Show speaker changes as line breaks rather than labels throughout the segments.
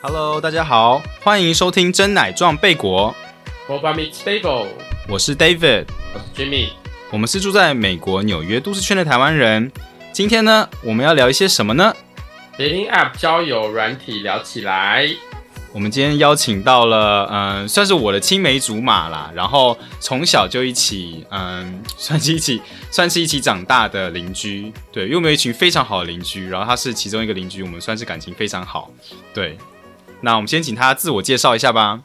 Hello，大家好，欢迎收听《真奶撞贝果》，
Boba Meets Bagel，
我是 David，
我是 Jimmy。
我们是住在美国纽约都市圈的台湾人。今天呢，我们要聊一些什么呢？
Dating App 交友软体聊起来，
我们今天邀请到了，嗯、算是我的青梅竹马啦，然后从小就一起，嗯、 算是一起，算是一起长大的邻居，对，因为我们有一群非常好的邻居，然后他是其中一个邻居，我们算是感情非常好，对。那我们先请他自我介绍一下吧。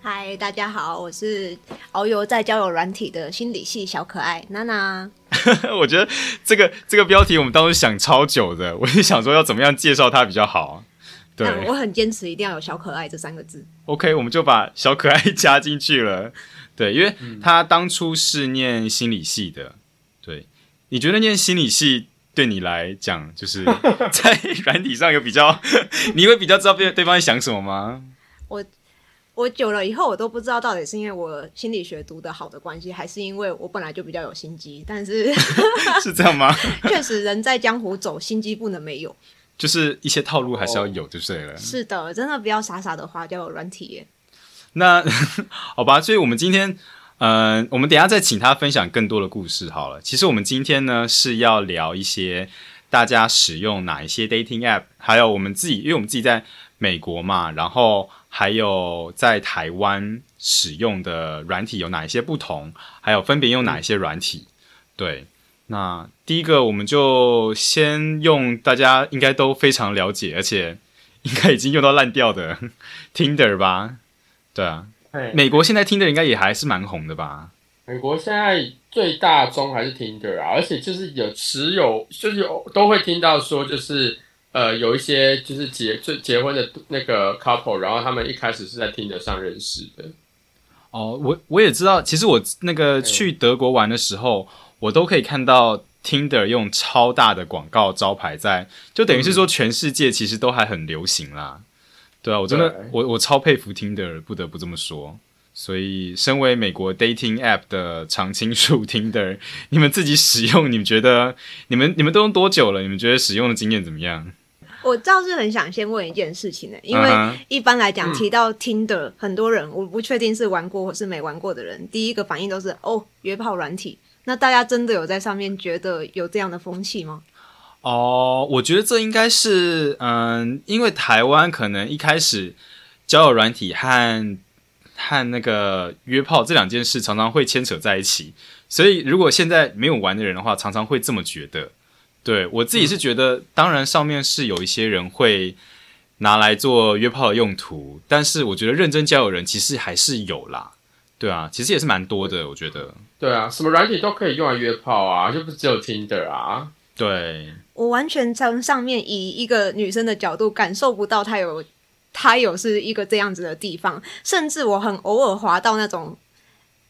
嗨，大家好，我是遨游在交友软体的心理系小可爱娜娜。
我觉得这个这个标题我们当时想超久的， 我就想说要怎么样介绍他比较好。对
但我很坚持一定要有“小可爱”这三个字。
，OK，我们就把小可爱加进去了。对，因为
嗯
他当初是念心理系的。对，你觉得念心理系对你来讲，就是在软体上有比较， 你会比较知道对对方在想什么吗？
我久了以后，我都不知道到底是因为我心理学读得好的关系，还是因为我本来就比较有心机。但是
是这样吗？
确实人在江湖走，心机不能没有。
就是一些套路还是要有，就对了。
是的，真的不要傻傻的花交友软体耶。
那 好吧，所以我们今天，呃，我们等一下再请他分享更多的故事好了。其实我们今天呢是要聊一些大家使用哪一些 dating app，还有我们自己，因为我们自己在美国嘛，然后还有在台湾使用的软体有哪一些不同，还有分别用哪一些软体。对，那第一个我们就先用大家应该都非常了解，而且应该已经用到烂掉的 Tinder 吧。对啊，
嘿
美国现在听的应该也还是蛮红的吧？
美国现在最大宗还是 Tinder 啊，而且就是有持有，就是有都会听到说，就是呃有一些就是结最结婚的那个 couple，然后他们一开始是在 Tinder 上认识的。
哦，我我也知道，其实我那个
对
去德国玩的时候，我都可以看到 Tinder 用超大的广告招牌在，就等于
嗯
是说全世界其实都还很流行啦。对啊，我真的
对
我我超佩服 Tinder，不得不这么说。所以，身为美国 dating app 的常青树 Tinder，你们自己使用，你们觉得你们你们都用多久了？你们觉得使用的经验怎么样？
我倒是很想先问一件事情呢，欸因为
嗯哼
一般来讲
嗯
提到 Tinder，、很多人我不确定是玩过或是没玩过的人，第一个反应都是哦约炮软体。那大家真的有在上面觉得有这样的风气吗？
哦，我觉得这应该是，嗯，因为台湾可能一开始交友软体和和那个约炮这两件事常常会牵扯在一起，所以如果现在没有玩的人的话，常常会这么觉得。对我自己是觉得，当然上面是有一些人会拿来做约炮的用途，但是我觉得认真交友人其实还是有啦，对啊，其实也是蛮多的，我觉得，
对啊，什么软体都可以用来约炮啊，就不只有 Tinder 啊。
对，
我完全从上面以一个女生的角度感受不到她有，她有是一个这样子的地方，甚至我很偶尔滑到那种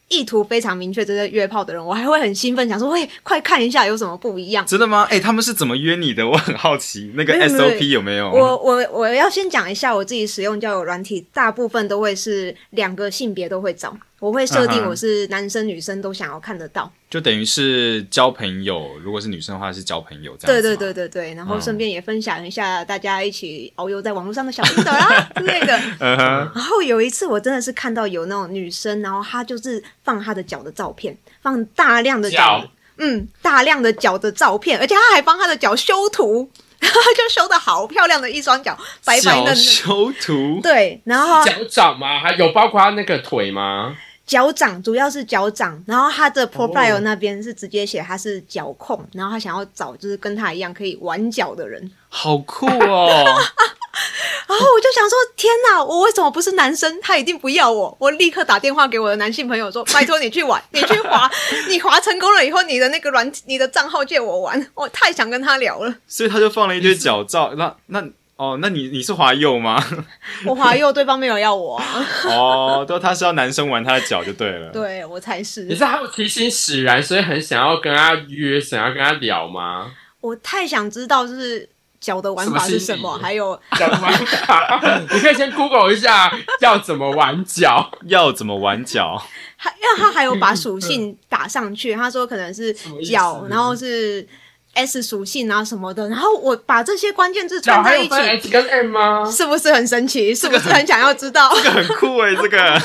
意图非常明确就是约炮的人，我还会很兴奋，想说喂，快看一下有什么不一样。
真的吗？哎、他们是怎么约你的？ 我很好奇，那个
没有没有
SOP 有没有？
我我我要先讲一下我自己使用交友软体，大部分都会是两个性别都会找，我会设
嗯
定
哼
我是男生女生都想要看得到。
就等于是交朋友，如果是女生的话是交朋友这样
对
子
对
吗
对对对，然后
嗯
顺便也分享一下大家一起遨游在网络上的小心得啦之类的。
嗯哼，
然后有一次，我真的是看到有那种女生，然后她就是放她的脚的照片，放大量的脚，
脚
嗯，大量的脚的照片，而且她还帮她的脚修图， 然后就修的好漂亮的一双脚，白白
小
嫩嫩。
修图，
对，然后
脚掌吗？还有包括那个腿吗？
脚掌主要是脚掌，然后她的 profile
哦
那边是直接写她是脚控，然后她想要找就是跟她一样可以玩脚的人，
好酷 哦！
然后我就想说，天哪，我为什么不是男生？他一定不要我！我立刻打电话给我的男性朋友说，拜托你去玩， 你去滑，你滑成功了以后，你的那个软，你的账号借我玩，我太想跟他聊了。
所以他就放了一堆脚照，那那哦，那你你是滑右吗？
我滑右，对方没有要我、啊，
哦，都他是要男生玩他的脚就对了。
对我才
你
是，
是好奇心使然，所以很想要跟他约，想要跟他聊吗？
我太想知道就是脚的玩法是什
什么
么，
心理
还有
脚玩法，你可以先 Google 一下要怎么玩脚。
要怎么玩脚？
还，因为他还有把属性打上去，他说可能是
嗯
什么意思
脚，然后是 S 属性啊什么的，然后我把这些关键字
小
串
孩
在
有
一起
分，S 跟 M 吗？
是不是很神奇？是不是很想要知道？
这个很酷哎、这个，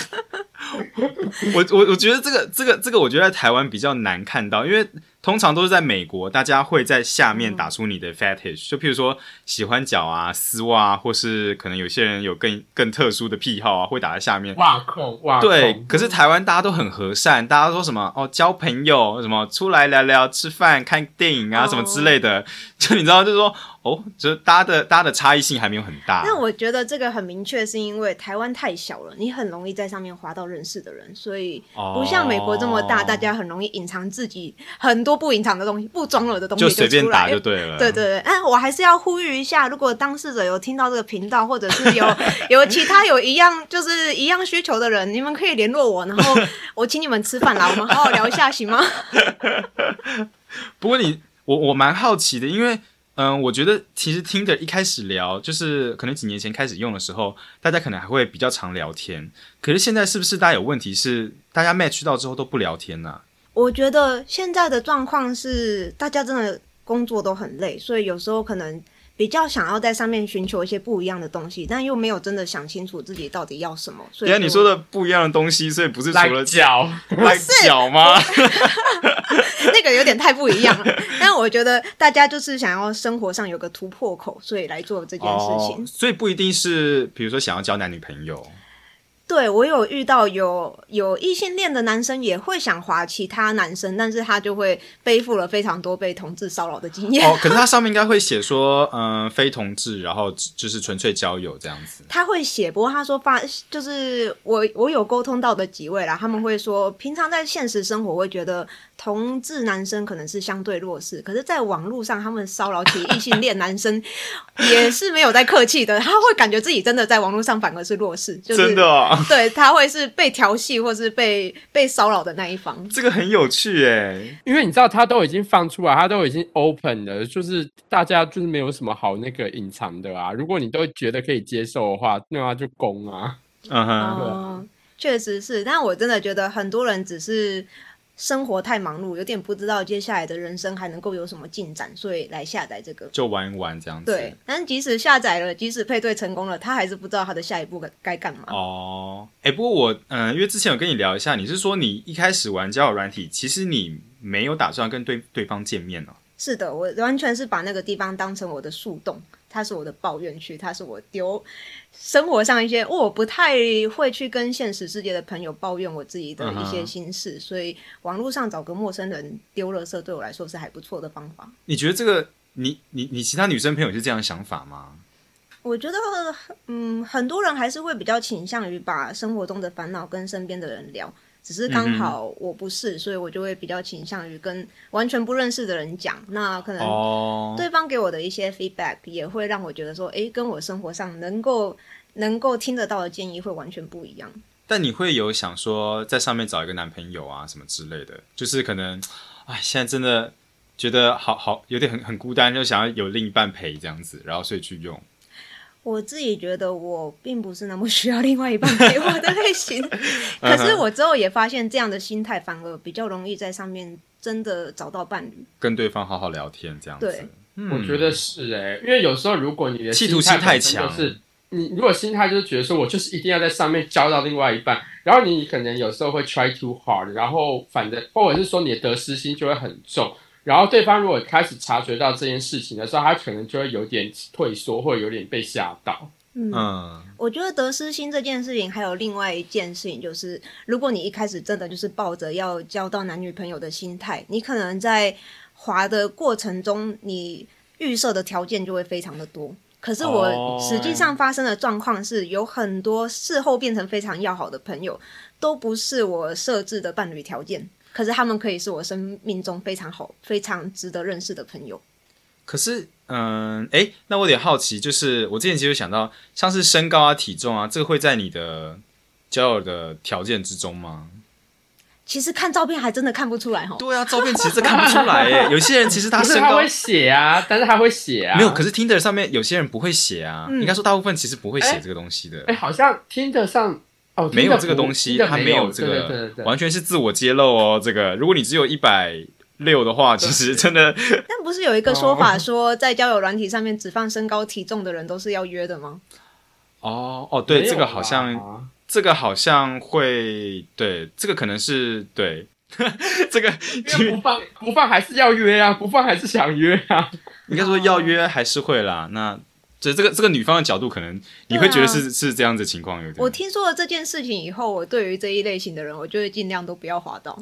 我我我觉得这个这个这个，我觉得在台湾比较难看到，因为通常都是在美国，大家会在下
嗯
面打出你的 fetish，就譬如说喜欢脚啊、丝袜啊，或是可能有些人有更更特殊的癖好啊，会打在下面。
哇控哇控
对，可是台湾大家都很和善，大家说什么哦，交朋友，什么出来聊聊、吃饭、看电影啊，
哦
什么之类的， 就你知道，就是说哦，就是大家的大家的差异性还没有很大。
但我觉得这个很明确，是因为台湾太小了，你很容易在上面滑到认识的人，所以不像美国这么大，
哦
大家很容易隐藏自己很多不隐藏的东西，不装了的东西
就随便
出来
打
了
就对啊了。
对对对，但我还是要呼吁一下，如果当事者有听到这个频道，或者是有 有其他有一样就是一样需求的人，你们可以联络我，然后 我请你们吃饭啦，我们好好聊一下，行吗？
不过你，我我蛮好奇的，因为嗯、我觉得其实听的一开始聊，就是可能几年前开始用的时候，大家可能还会比较常聊天。可是现在是不是大家有问题是，大家 match 到之后都不聊天呢、
我觉得现在的状况是，大家真的工作都很累，所以有时候可能比较想要在上面寻求一些不一样的东西，但又没有真的想清楚自己到底要什么。所
原
以
来你说的
的
不一样的东西，所以不是除
来
了
脚
赖脚吗？
那个有点太不一样 了，但我觉得大家就是想要生活上有个突破口，所以来做这件事情。
哦，所以不一定是，比如说想要交男女朋友，
对我有遇到有有异性恋的男生也会想滑其他男生，但是他就会背负了非常多被同志骚扰的经验。
哦，可是它上面应该会写说，嗯、非同志，然后只就是纯粹交友这样子。
他会写，不过他说发就是我我有沟通到的几位啦，他们会说，平常在现实生活会觉得同志男生可能是相对弱势，可是，在网络上他们骚扰起异性恋男 生也是没有在客气的，他会感觉自己真的在网络上反而是弱势，就是
真的、哦，
对他会是被调戏或是被被骚扰的那一方。
这个很有趣哎、
因为你知道他都已经放出来，他都已经 open 了，就是大家就是没有什么好那个隐藏的啊。如果你都觉得可以接受的话，那他就攻啊。
嗯哼。
哦，确实是，但我真的觉得很多人只是生活太忙碌，有点不知道接下来的人生还能够有什么进展，所以来下载这个。
就玩一玩这样子。
对，但即使下载了，即使配对成功了，他还是不知道他的下一步该该干嘛。
哦，哎、不过我嗯、呃因为之前有跟你聊一下，你是说你一开始玩交友软体，其实你没有打算跟对对方见面哦。
是的，我完全是把那个地方当成我的树洞，它是我的抱怨区，它是我丢生活上一些、哦我不太会去跟现实世界的朋友抱怨我自己的一些
嗯哼
心事所以网络上找个陌生人丢垃圾对我来说是还不错的方法。
你觉得这个你你你其他女生朋友是这样的想法吗？
我觉得，嗯，很多人还是会比较倾向于把生活中的烦恼跟身边的人聊，只是刚好我不是，所以我就会比较倾向于跟完全不认识的人讲。那可能
哦，
对方给我的一些 feedback 也会让我觉得说，诶，跟我生活上能够能够听得到的建议会完全不一样。
但你会有想说在上面找一个男朋友啊什么之类的，就是可能，哎，现在真的觉得好好有点很很孤单，就想要有另一半陪这样子，然后所以去用。
我自己觉得我并不是那么需要另外一半陪我的类型，可是我之后也发现这样的心态反而比较容易在上面真的找到伴侣。
跟对方好好聊天这样子
对。
嗯
我觉得是哎、因为有时候如果你的
企图
心
心太
本身
强
就是你如果心态就是觉得说我就是一定要在上面交到另外一半，然后你可能有时候会 try too hard，然后反正或者是说你的得失心就会很重。然后对方如果开始察觉到这件事情的时候，他可能就会有点退缩，或者有点被吓到。
嗯
嗯，
我觉得得失心这件事情，还有另外一件事情，就是如果你一开始真的就是抱着要交到男女朋友的心态，你可能在滑的过程中，你预设的条件就会非常的多。可是我
哦
实际上发生的状况是，有很多事后变成非常要好的朋友，都不是我设置的伴侣条件，可是他们可以是我生命中非常好、非常值得认识的朋友。
可是，嗯，诶，那我有点好奇，就是我之前其实有想到，像是身高啊、体重啊，这个会在你的交友的条件之中吗？
其实看照片还真的看不出来哈。
对啊，照片其实看不出来 耶。有些人其实他
不是
身
他
高
会写啊，但是他会写啊。
没有，可是 Tinder 上面有些人不会写啊。
嗯
应该说大部分其实不会写
诶
这个东西的，
哎，好像听得上哦，
没有
Tinder
这个
不
东西，
Tinder
他
没
有这
对对对对
个，
对
完全是自我揭露哦。这个，如果你只有一百六的话，其实真的
但不是有一个说法说，在交友软体上面只放身高体重的人都是要约的吗？
哦哦，对，
没有啊
这个
吧
好像这个好像会对，这个可能是对 这个
因为不放不放还是要约啊，不放还是想约啊。
应该说要约还是会啦。那这这个这个女方的角度，可能你会
对啊
觉得是、是这样子的情况有
我
点。
听说了这件事情以后，我对于这一类型的人，我就会尽量都不要滑到。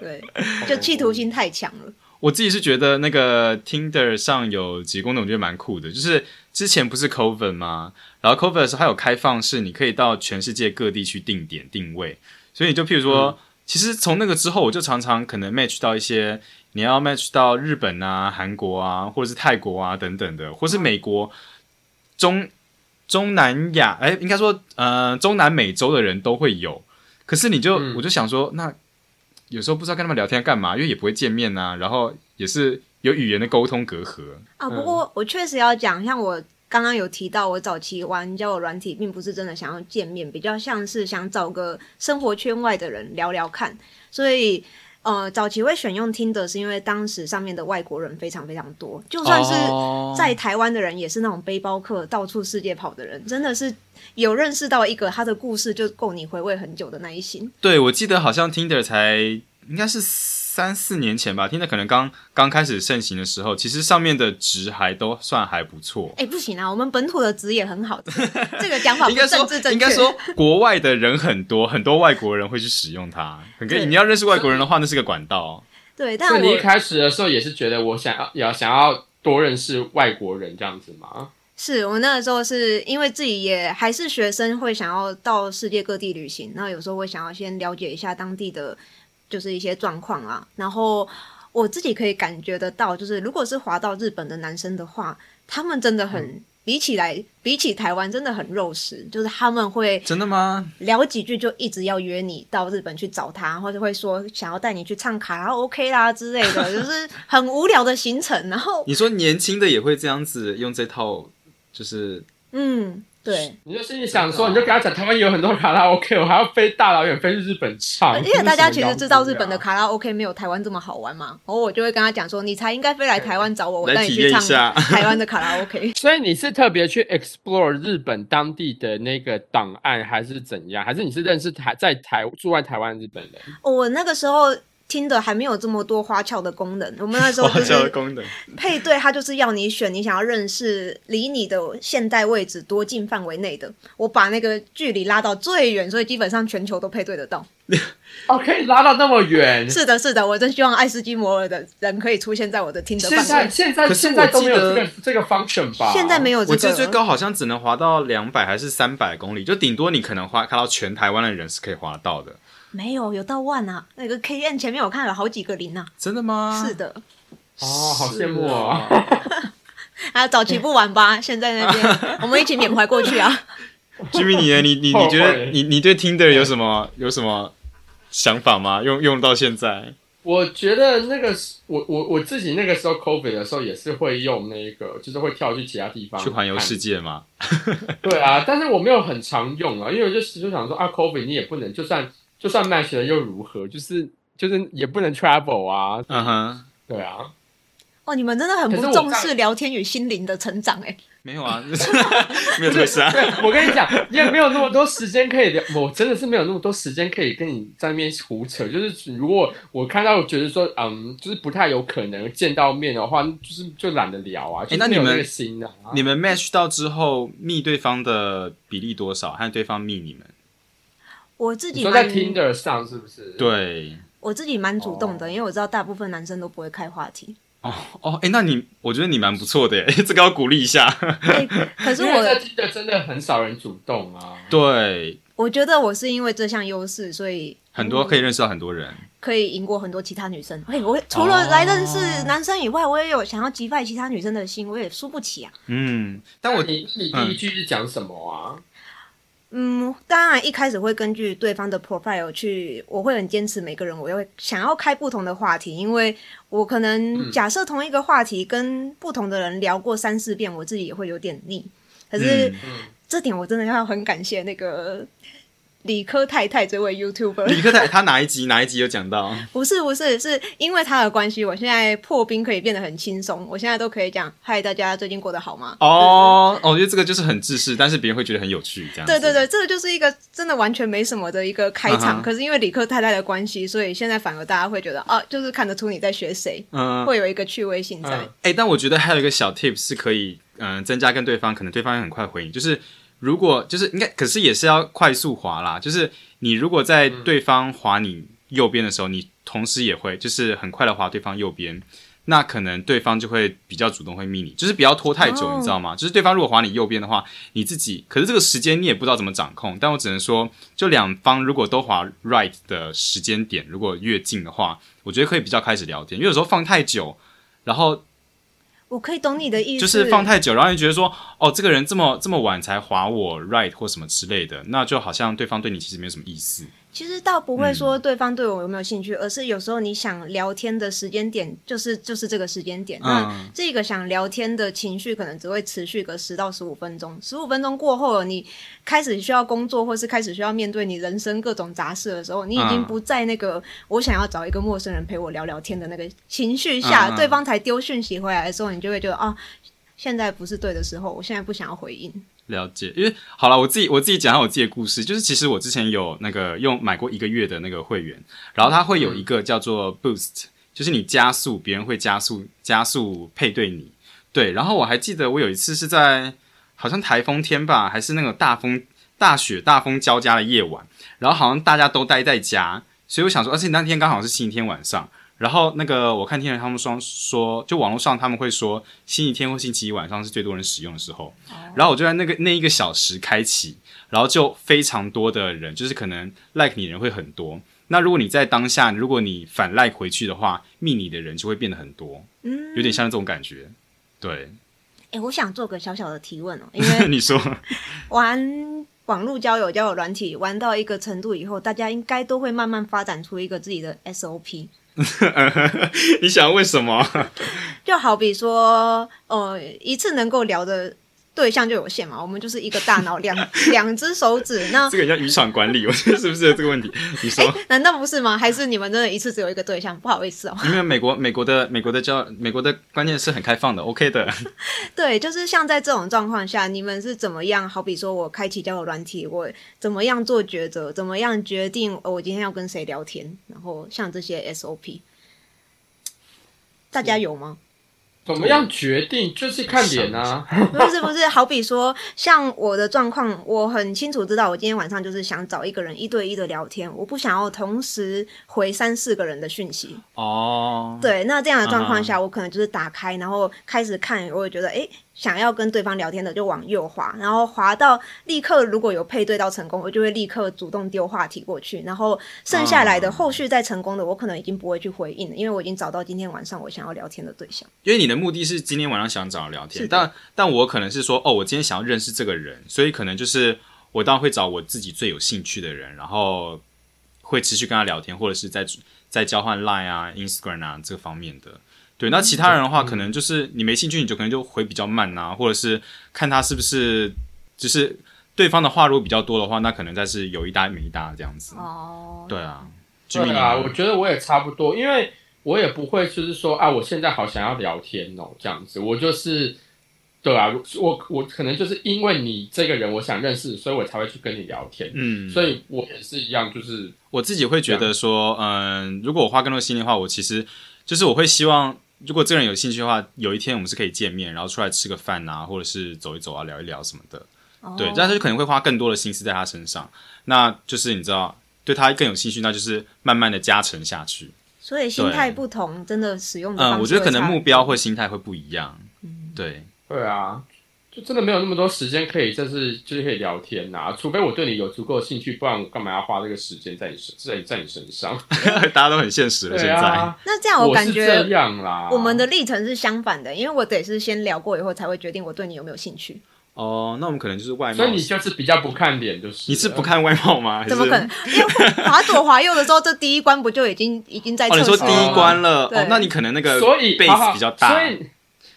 对， 就企图心太强了。
我自己是觉得那个 Tinder 上有几个功能，我觉得蛮酷的。就是之前不是 Coven 吗？然后 Coven 的时候，它有开放是你可以到全世界各地去定点定位，所以就譬如说，其实从那个之后，我就常常可能 match 到一些你要 match 到日本啊、韩国啊，或者是泰国啊等等的，或是美国、中中南亚，哎、应该说呃中南美洲的人都会有。可是你就、
嗯
我就想说，那有时候不知道跟他们聊天干嘛，因为也不会见面呐、然后也是有语言的沟通隔阂。
啊，
嗯
不过我确实要讲，像我刚刚有提到，我早期玩交友软体，并不是真的想要见面，比较像是想找个生活圈外的人聊聊看。所以，呃，早期会选用 Tinder 是因为当时上面的外国人非常非常多，就算是
哦
在台湾的人，也是那种背包客到处世界跑的人，真的是有认识到一个他的故事就够你回味很久的那一型。
对，我记得好像 Tinder 才应该是三四年前吧，Tinder 可能刚刚开始盛行的时候，其实上面的值还都算还不错。
哎、不行啊，我们本土的职也很好，这个讲法
应
不
该
政
说
治，正
应该
确。
说，国外的人很多，很多外国人会去使用它。很跟
对
你要认识外国人的话，那是个管道。
对，但
所以你一
我
开始的时候也是觉得我想要要想要多认识外国人这样子吗？
是我那个时候是因为自己也还是学生，会想要到世界各地旅行，那有时候会想要先了解一下当地的就是一些状况啊，然后。我自己可以感觉得到，就是如果是滑到日本的男生的话，他们真的很、比起来，比起台湾真的很肉食，就是他们会
真的吗？
聊几句就一直要约你到日本去找他，或者会说想要带你去唱卡拉 OK 啦之类的，就是很无聊的行程。然后，
你说年轻的也会这样子用这套，就是
嗯，对，
你就心里想说，你就跟他讲，台湾有很多卡拉 OK，我还要飞大老远飞去日本唱。
因为大家其实知道
啊
这是
日
什么
本的
样子
卡拉 OK 没有台湾这么好玩嘛，然后我就会跟他讲说，你才应该飞来台湾找我，我
来
带你
体
去
验一
唱
下
台湾的卡拉 OK。
啊。所以你是特别去 explore 日本当地的那个档案，还是怎样？还是你是认识台在台住在台湾的日本人？
哦我那个时候听的还没有这么多花俏的功能，我们那时 候
花
就
销的
是
功能。
配对，它就是要你选你想要认识离你的现代位置多近范围内的，我把那个距离拉到最远，所以基本上全球都配对得到。
哦，可以拉到那么
嗯
远。
是的，是的，我真希望爱斯基摩尔的人可以出现在我的听的
现
范
在
围。
现在
可是我
现在都没有
记得
这个这个 function 吧？
现在没有这
我记
个
得最
了，
高好像只能滑到两百还是三百公里，就顶多你可能滑看到全台湾的人是可以滑到的。
没有有到万啊，那个 KN 前面我看了好几个零啊。
真的吗？
是的，
哦，好
是
羡慕哦。
啊，早期不玩吧，现在那 边我们一起缅怀过去啊。
Jimmy，你呢你你你觉
后
得
悔
你你对 Tinder 有什么有什么想法吗？用用到现在，
我觉得那个是我我我自己那个时候 COVID 的时候也是会用那个，就是会跳去其他地方
去环游世界吗？
看。对啊，但是我没有很常用啊，因为我就就想说啊，COVID 你也不能，就算就算 match 了又如何？就是就是也不能 travel 啊，
嗯哼，
对啊。
哦，你们真的很
可是
不
我
重
在
视聊天与心灵的成长哎、
没有啊， 没有这回事啊。
对，我跟你讲，你也没有那么多时间可以聊，我真的是没有那么多时间可以跟你在那边胡扯。就是如果我看到我觉得说，嗯，就是不太有可能见到面的话，就是就懒得聊啊，
哎
就是
那
没有
你们
那个心啊。
你们 match 到之后，密对方的比例多少？和对方密你们？
我自
你
己
说在
蛮
Tinder 上是不是？，
对，
我自己蛮主动的，
哦
因为我知道大部分男生都不会开 话题。
哦哦，哎、那你我觉得你蛮不错的耶， 这个要鼓励一下。
哎可是
因为在
我
Tinder 真的很少人主动啊。
对，
我觉得我是因为这项优势，所以
很多可以认识到很多人。
可以赢过很多其他女生。哎，我除
哦
了来认识男生以外，我也有想要击败其他女生的心，我也输不起啊。
嗯，但我嗯
你你第一句是讲什么啊？
嗯，当然一开始会根据对方的 profile 去，我会很坚持每个人，我也会想要开不同的话题，因为我可能
嗯
假设同一个话题跟不同的人聊过三四遍，我自己也会有点腻。可是
嗯
嗯，
这点我真的要很感谢那个理科太太这位 YouTuber。
理科太他哪一集哪一集有讲到？
不是不是，是因为他的关系，我现在破冰可以变得很轻松，我现在都可以讲嗨，大家最近过得好吗？
哦，哦我觉得这个就是很自私，但是别人会觉得很有趣，这样子
对对对，这个就是一个真的完全没什么的一个开
嗯
场。
哼
可是因为理科太太的关系，所以现在反而大家会觉得啊，就是看得出你在学谁，
嗯，
会有一个趣味性在。
嗯
哎、但我觉得还有一个小 tip 是可以，嗯、增加跟对方，可能对方也很快回你，就是如果就是应该，可是也是要快速滑啦，就是你如果在对方滑你右边的时候，你同时也会就是很快的滑对方右边。那可能对方就会比较主动会密你，就是不要拖太久
哦
你知道吗？就是对方如果滑你右边的话，你自己可是这个时间你也不知道怎么掌控。但我只能说，就两方如果都滑 right 的时间点，如果越近的话，我觉得可以比较开始聊天，因为有时候放太久，然后
我可以懂你的意思，
就是放太久，然后你觉得说，哦，这个人这么这么晚才划我 right 或什么之类的，那就好像对方对你其实没有什么意思。
其实倒不会说对方对我有没有兴趣，而是有时候你想聊天的时间点就是就是这个时间点。
嗯
那这个想聊天的情绪可能只会持续个十到十五分钟，十五分钟过后了，你开始需要工作，或是开始需要面对你人生各种杂事的时候，你已经
嗯
不在那个我想要找一个陌生人陪我聊聊天的那个情绪下，
嗯嗯
对方才丢讯息回来的时候，你就会觉得啊。现在不是对的时候，我现在不想要回应。
了解，因为好了，我自己我自己讲一下我自己的故事，就是其实我之前有那个用买过一个月的那个会员，然后它会有一个叫做 Boost，就是你加速，别人会加速加速配对你，对，然后我还记得我有一次是在好像台风天吧，还是那种大风大雪大风交加的夜晚，然后好像大家都待在家，所以我想说，而哎且那天刚好是星期天晚上。然后那个我看天人他们说说，就网络上他们会说星期天或星期一晚上是最多人使用的时候，然后我就在那个那一个小时开启，然后就非常多的人，就是可能 like 你的人会很多。那如果你在当下，如果你反 like 回去的话，密你的人就会变得很多，
嗯，
有点像这种感觉。对，
诶、我想做个小小的提问哦、因为
你说，
玩网络交友、交友软体玩到一个程度以后，大家应该都会慢慢发展出一个自己的 SOP。
你想为什么？
就好比说，呃，一次能够聊的对象就有限嘛，我们就是一个大脑，两 两只手指。那哎
这个叫渔场管理，我觉得是不是有这个问题？你说，
难道不是吗？还是你们真的一次只有一个对象？不好意思哦、
因为美国美国的美国的教美国的观念是很开放的，OK 的。
对，就是像在这种状况下，你们是怎么样？好比说我开启交友软体，我怎么样做抉择？怎么样决定、呃我今天要跟谁聊天？然后像这些 SOP，大家有吗？
怎么样决定就是看脸啊，
不是不是，好比说，像我的状况，我很清楚知道，我今天晚上就是想找一个人一对一的聊天，我不想要同时回三四个人的讯息。
哦，
对，那这样的状况
嗯
下，我可能就是打开，然后开始看，我也觉得诶，想要跟对方聊天的就往右滑，然后滑到立刻如果有配对到成功，我就会立刻主动丢话题过去，然后剩下来的
啊
后续再成功的，我可能已经不会去回应了，因为我已经找到今天晚上我想要聊天的对象。
因为你的目的是今天晚上想找人聊天
是，的
但但我可能是说，哦，我今天想要认识这个人，所以可能就是我当然会找我自己最有兴趣的人，然后会持续跟他聊天，或者是在在交换 Line 啊、Instagram 啊这个方面的。对，那其他人的话，可能就是你没兴趣，你就可能就回比较慢啊，或者是看他是不是就是对方的话如果比较多的话，那可能再是有一搭没一搭这样子。
哦，
对啊，居
对
民
啊，我觉得我也差不多，因为我也不会就是说啊，我现在好想要聊天哦，这样子，我就是对啊，我我可能就是因为你这个人我想认识，所以我才会去跟你聊天，
嗯，
所以我也是一样，就是
我自己会觉得说，嗯，如果我花更多心力的话，我其实就是我会希望，如果这个人有兴趣的话，有一天我们是可以见面，然后出来吃个饭啊，或者是走一走啊，聊一聊什么的。
哦
对，但是可能会花更多的心思在他身上，那就是你知道，对他更有兴趣，那就是慢慢的加成下去。
所以心态
对
不同，真的使用的方式
嗯，我觉得可能
会差
目标或心态会不一样。对，
对啊，就真的没有那么多时间可以，就是就是可以聊天呐、除非我对你有足够的兴趣，不然我干嘛要花这个时间在你身在在你身上？
大家都很现实了，现
对
在。
啊，
那这样我
我
感
是这
觉
样啦。
我们的历程是相反的，因为我得是先聊过以后才会决定我对你有没有兴趣。
哦，那我们可能就是外貌
所以。你就是比较不看脸，就是
你是不看外貌吗？还是
怎么可 能？因为滑左滑右的时候，这第一关不就已经已经在
哦，
测
你
试
说
了
第
吗？
一关了，
对
哦，那你可能那个
所以
base 比较大，
好好所以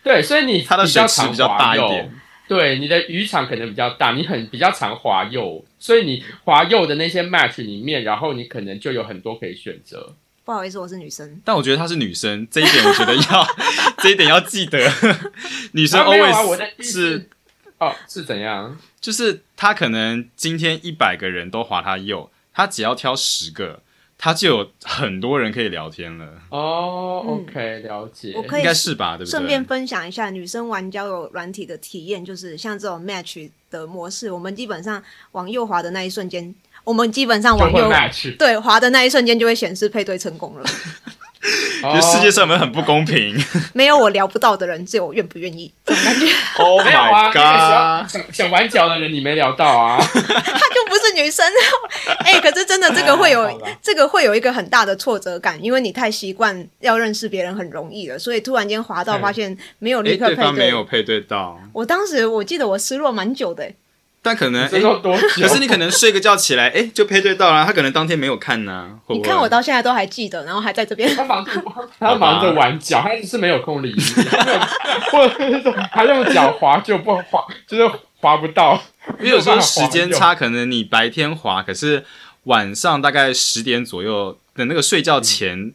对，所以你
它的水池
常
比较大一
滑右
点。
对，你的渔场可能比较大，你很比较常滑右，所以你滑右的那些 match 里面，然后你可能就有很多可以选择。
不好意思，我是女生。
但我觉得她是女生，这一点我觉得 要这一点要记得，女生
啊没有啊我的
always
意思
是
哦，是怎样？
就是她可能今天一百个人都划她右，她只要挑十个，她就有很多人可以聊天了，
哦、
嗯
o k 了解。
我可以
应该是吧？对不
顺便
对？
分享一下女生玩交友软体的体验，就是像这种 match 的模式，我们基本上往右滑的那一瞬间，我们基本上
就
往
会
右
match，
对滑的那一瞬间就会显示配对成功了。
觉得世界
哦
上有没有很不公 平
没有我聊不到的人，只有我愿不愿意。这种感觉
？Oh
没有
my
啊
god！
想想玩脚的人你没聊到啊。
她就不是女生。哎、可是真的这个会
好
有
啦
这个会有一个很大的挫折感，因为你太习惯要认识别人很容易了，所以突然间滑到
嗯
发现没有
哎，
立刻
对
配
方没
对。
有配对到，
我当时我记得我失落蛮久的、哎
但可能
这
哎，
都多久？
可是你可能睡个觉起来，哎，就配对到了，他可能当天没有看呢。会
你
不会
看我到现在都还记得，然后还在这边。
他忙着他忙着玩脚，他是没有空理你，或者是他用脚滑就不滑，就是滑不到，
因为有时候时间差，可能你白天滑，可是晚上大概十点左右的那个睡觉前，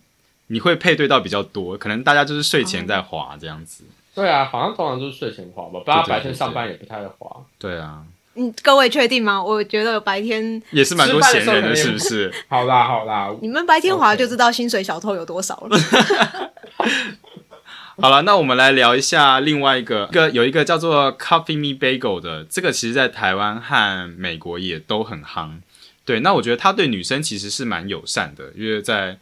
你会配对到比较多，可能大家就是睡前
哦
在滑这样子。
对啊，好像通常都是睡前滑吧，不然他白天上班也不太会滑。
对啊，
嗯，各位确定吗？我觉得白天
也是蛮多
吃饭的
闲人的，
时
是
候
不是？
好啦好啦，
你们白天滑
OK
就知道薪水小偷有多少 了。
好了，那我们来聊一下另外一个，一个有一个叫做 Coffee Me Bagel 的，这个其实在台湾和美国也都很夯。对，那我觉得他对女生其实是蛮友善的，因为在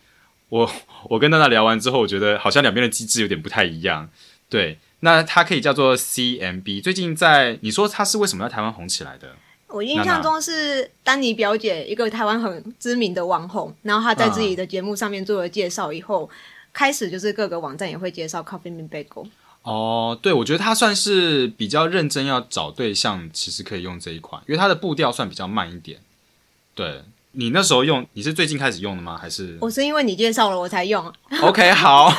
我 我跟娜娜聊完之后，我觉得好像两边的机制有点不太一样。对，那它可以叫做 CMB。最近在你说它是为什么在台湾红起来的？
我印象中是丹尼表姐，一个台湾很知名的网红，然后她在自
嗯
己的节目上面做了介绍以后，开始就是各个网站也会介绍 Coffee Bean Bagel。
哦，对，我觉得它算是比较认真要找对象，其实可以用这一款，因为它的步调算比较慢一点。对你那时候用，你是最近开始用的吗？还是
我是因为你介绍了我才 用啊
OK 好？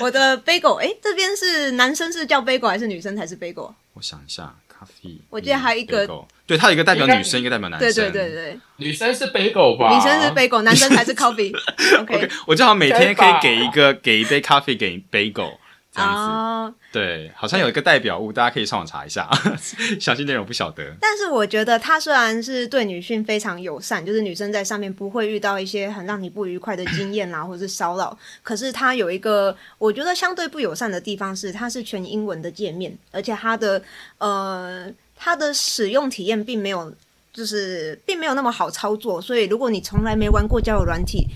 我的 Bagel，哎、这边是男生是叫 Bagel 还是女生才是 Bagel？
我想一下，咖啡，
我记得还有一个
bagel，对，它有一个代表女生，一个代表男
对
生。
对对。对，
女生是 bagel 吧？
女生是 Bagel，男生 才是 Coffee。OK
OK，我最好每天可
该
以
吧
给一个给一杯咖啡给 bagel 这样子。
啊。
对，好像有一个代表物，大家可以上网查一下， 详细内容不晓得。
但是我觉得他虽然是对女性非常友善，就是女生在上面不会遇到一些很让你不愉快的经验 啦，或是骚扰。可是他有一个我觉得相对不友善的地方是，它是全英文的界面，而且它的呃它的使用体验并没有就是并没有那么好操作，所以如果你从来没玩过交友软体。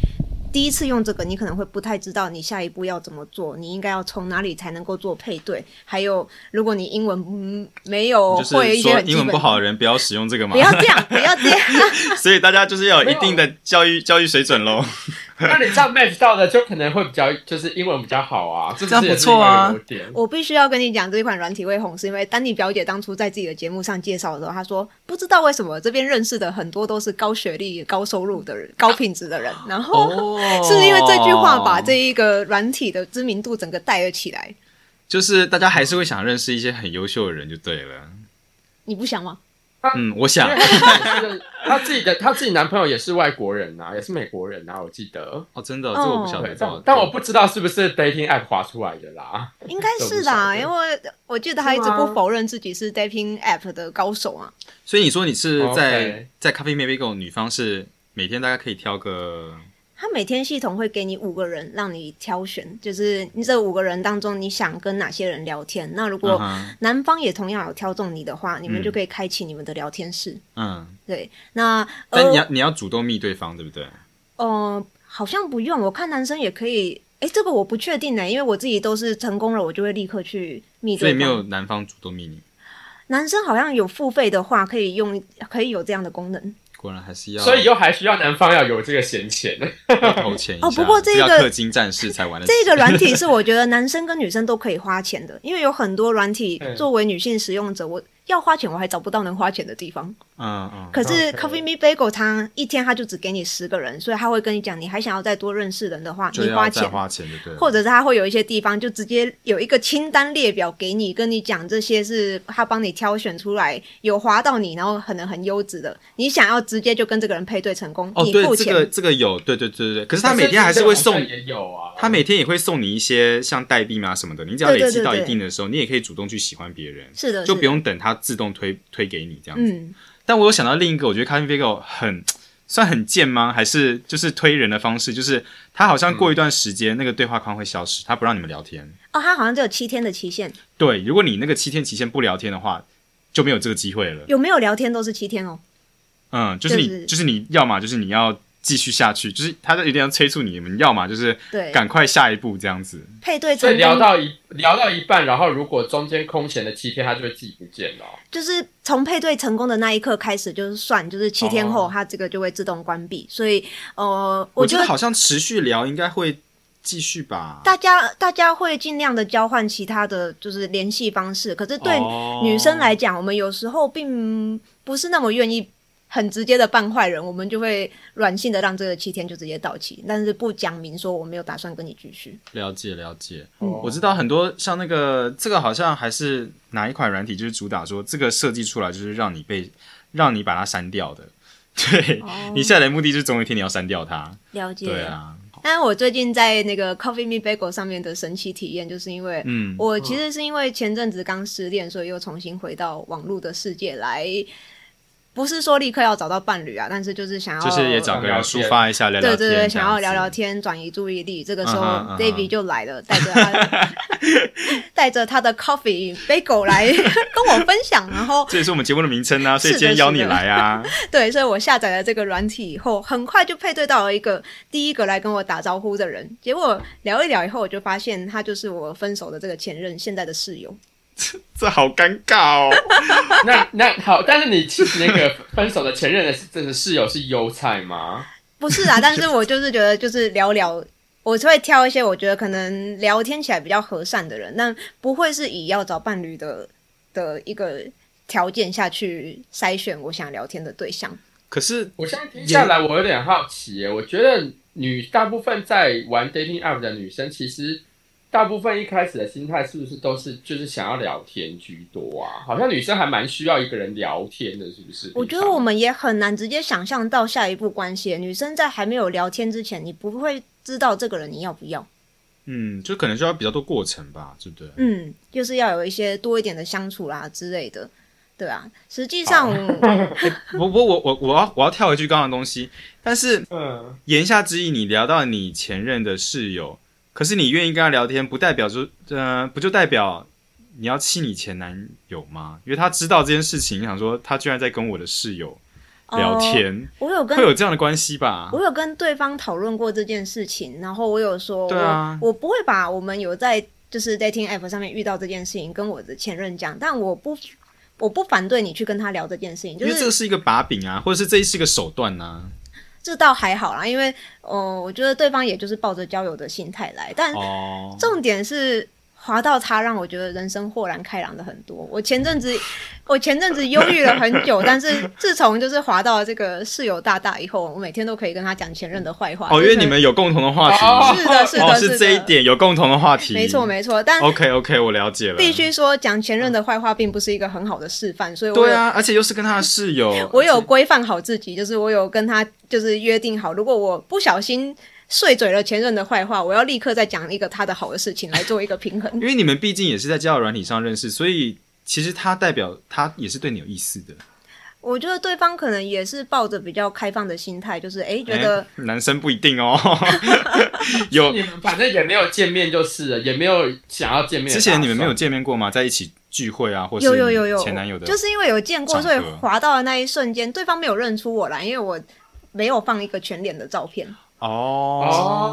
第一次用这个，你可能会不太知道你下一步要怎么做，你应该要从哪里才能够做配对，还有如果你英文嗯没有
就是
会一些
说
很基
英文
本
不好的人不要使用这个嘛
不，要这样，不要这样。
所以大家就是要有一定的教育教育水准喽。
那你这样 match 到的就可能会比较，就是英文比较好啊，这
这样
不是也
不
是
错啊
另外一个优点
我必须要跟你讲，这一款软体会红，是因为丹尼表姐当初在自己的节目上介绍的时候，她说不知道为什么这边认识的很多都是高学历、高收入的人、高品质的人，然
哦
后。是因为这句话把这一个软体的知名度整个带了起来，
就是大家还是会想认识一些很优秀的人就对了。
你不想吗？
嗯，我想
因为她自己是她自己的她自己男朋友也是外国人啊呐、也是美国人呐、我记得。
哦，真的，这我不晓得
嗯对，
到
但
底。
但我不知道是不是 dating app 划出来的啦。
应该是啦，因为我记得她一直
是吗
不否认自己是 dating app 的高手啊。
所以你说你是在
哦 OK
在咖啡妹妹 g 女方是每天大概可以挑个
他每天系统会给你五个人让你挑选，就是你这五个人当中你想跟哪些人聊天。那
嗯
如果
哼
男方也同样有挑中你的话，你
嗯
们就可以开启你们的聊天室。
嗯，
对，那
但你要、
呃，
你要主动密对方，对不对？
呃，好像不用，我看男生也可以。哎，这个我不确定呢，因为我自己都是成功了，我就会立刻去密
所
对
以
方。
没有男方主动密你，
男生好像有付费的话，可以用，可以有这样的功能
果然还是要
所以又还需要男方要有这个闲钱，
要投钱一下。
哦不过这个
要氪金战士才玩得起。
这个软体是我觉得男生跟女生都可以花钱的，因为有很多软体
嗯
作为女性使用者，我要花钱我还找不到能花钱的地方。
嗯嗯，
可是
OK
Coffee Me Bagel 他一天他就只给你十个人，所以他会跟你讲，你还想要再多认识人的话，
就
你
要
花
再
钱。
花钱就对了。
或者是他会有一些地方就直接有一个清单列表给你，跟你讲这些是他帮你挑选出来，有划到你，然后可能很优质的，你想要直接就跟这个人配对成功，
哦，
你
对
付，
这
钱。
个这个有，对对对对对。可是他
但
每天还是会
这
送
个好像也有啊，
他每天也会送你一些像代币嘛什么的，你只要累积到
对对对
一定的时候，你也可以主动去喜欢别人，
是的，
就是不
的
用等他自动推推给你这样子。
嗯，
但我有想到另一个，我觉得 Coffee Bagel 很算很贱吗？还是就是推人的方式？就是他好像过一段时间、那个对话框会消失，他不让你们聊天。
哦，他好像只有七天的期限，
对，如果你那个七天期限不聊天的话，就没有这个机会了。
有没有聊天都是七天哦。
嗯，就是你
就是
就是你要嘛就是你要继续下去，就是他在一定要催促你们，要嘛就是
对，
赶快下一步这样子。
配对
所以
成
聊
功
到一聊到一半，然后如果中间空闲的七天，他就会自己不见了哦。
就是从配对成功的那一刻开始，就是算，就是七天后
哦
他这个就会自动关闭。所以呃，
我
觉
觉
得
得好像持续聊应该会继续吧。
大家大家会尽量的交换其他的就是联系方式，可是对
哦
女生来讲，我们有时候并不是那么愿意很直接的扮坏人，我们就会软性的让这个七天就直接到期，但是不讲明说我没有打算跟你继续。
了解了解，
嗯
哦
我知道很多像那个这个好像还是哪一款软体，就是主打说这个设计出来就是让你被让你把它删掉的， 对、
哦
你下载的目的就是总有一天你要删掉它，
了解。
对啊，
但我最近在那个 Coffee Me Bagel 上面的神奇体验，就是因为
嗯，
我其实是因为前阵子刚失恋，所以又重新回到网络的世界来。不是说立刻要找到伴侣啊，但是就是想要
就是也找个人抒发一下，聊聊
对
天，
对对，想要
这样
聊
子
聊，天，转移注意力。这个时候
嗯哼嗯哼
，David 就来了，带着 他带着他的 coffee bagel 来跟我分享。然后，
这也是我们节目的名称啊，所以
是的
今天邀你
是的
来啊，
对，所以我下载了这个软体以后，很快就配对到了一个第一个来跟我打招呼的人。结果聊一聊以后，我就发现他就是我分手的这个前任现在的室友。
这好尴尬哦，
那那好，但是你那个分手的前任的这个室友是优菜吗？
不是 啊，但是我就是觉得，就是聊聊，我会挑一些我觉得可能聊天起来比较和善的人，但不会是以要找伴侣的的一个条件下去筛选我想聊天的对象。
可是
我现在听下来，我有点好奇耶。我觉得女大部分在玩 dating app 的女生，其实大部分一开始的心态是不是都是就是想要聊天居多啊？好像女生还蛮需要一个人聊天的，是不是？
我觉得我们也很难直接想象到下一步关系。女生在还没有聊天之前，你不会知道这个人你要不要。
嗯，就可能需要比较多过程吧，对不对？
嗯，就是要有一些多一点的相处啦之类的，对啊。实际上，
不不，我我我要我要跳回去刚刚的东西，但是。
嗯，
言下之意，你聊到你前任的室友，可是你愿意跟他聊天，不代表就呃，不就代表你要气你前男友吗？因为他知道这件事情，想说他居然在跟我的室友 聊
呃，
天，
我有跟
会有这样的关系吧？
我有跟对方讨论过这件事情，然后我有说，
对啊
我我不会把我们有在就是 dating app 上面遇到这件事情跟我的前任讲，但我不我不反对你去跟他聊这件事情，就
因为这个
是
是一个把柄啊，或者是这是一个手段啊呐、
这倒还好啦，因为呃，我觉得对方也就是抱着交友的心态来，但
哦，
重点是。滑到他，让我觉得人生豁然开朗的很多。我前阵子，我前阵子忧郁了很久，但是自从就是滑到这个室友大大以后，我每天都可以跟他讲前任的坏话。
哦，因
就
为
是
你们有共同的话题，
哦
是的，是的，
哦，
是的
是这一点有共同的话题，
没错，没错，但
OK OK，我了解了，
必须说讲前任的坏话并不是一个很好的示范，所以我
对
有、
啊，而且又是跟他的室友，
我有规范好自己，就是我有跟他就是约定好，如果我不小心碎嘴了前任的坏话，我要立刻再讲一个他的好的事情来做一个平衡
因。为你们毕竟也是在交友软体上认识，所以其实他代表他也是对你有意思的。
我觉得对方可能也是抱着比较开放的心态，就是诶觉得、
哎男生不一定 哦，有
你们反正也没有见面就是了，也没有想要见面的打
之
算。
前你们没有见面过吗？在一起聚会啊，或是
有有有有
前男友的，
就是因为有见过，
场合
所以滑到的那一瞬间，对方没有认出我来，因为我没有放一个全脸的照片。
哦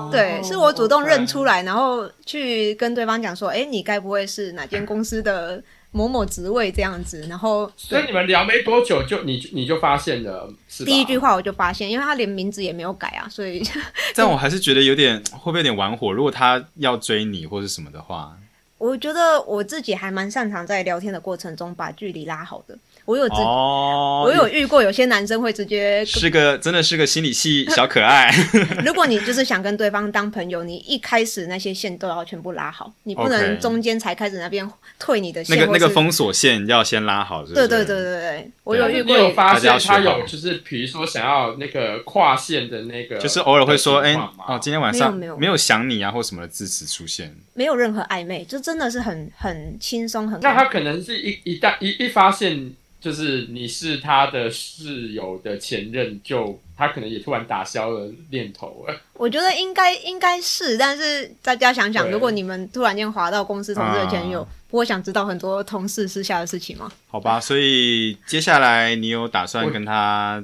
哦
对，是我主动
OK
认出来，然后去跟对方讲说，哎，你该不会是哪间公司的某某职位这样子？然后
所以你们聊没多久就你你就发现了，是吧
第一句话我就发现，因为他连名字也没有改啊，所以
但我还是觉得有点会不会有点玩火？如果他要追你或是什么的话，
我觉得我自己还蛮擅长在聊天的过程中把距离拉好的。我有自、
哦，
我有遇过有些男生会直接
是个真的是个心理系小可爱，
如果你就是想跟对方当朋友，你一开始那些线都要全部拉好，你不
OK
能中间才开始那边退你的
那
线。
个那个
或是
封锁线要先拉好，是不
对
是？
对对对对，我有
对
遇
你
过
有发现
大家
他
学好
有就是比如说想要那个跨线的那个，
就是偶尔会说，哎、哦，今天晚上
没有没有
想你啊，或什么的字词出现，
没有任何暧昧，就真的是很很轻松很。
那他可能是一一旦一一发现就是你是他的室友的前任，就他可能也突然打消了念头了。
我觉得应该应该是，但是大家想想，
对啊
如果你们突然间滑到公司同事的前女友，不会想知道很多同事私下的事情吗？
好吧？所以接下来你有打算
我
跟他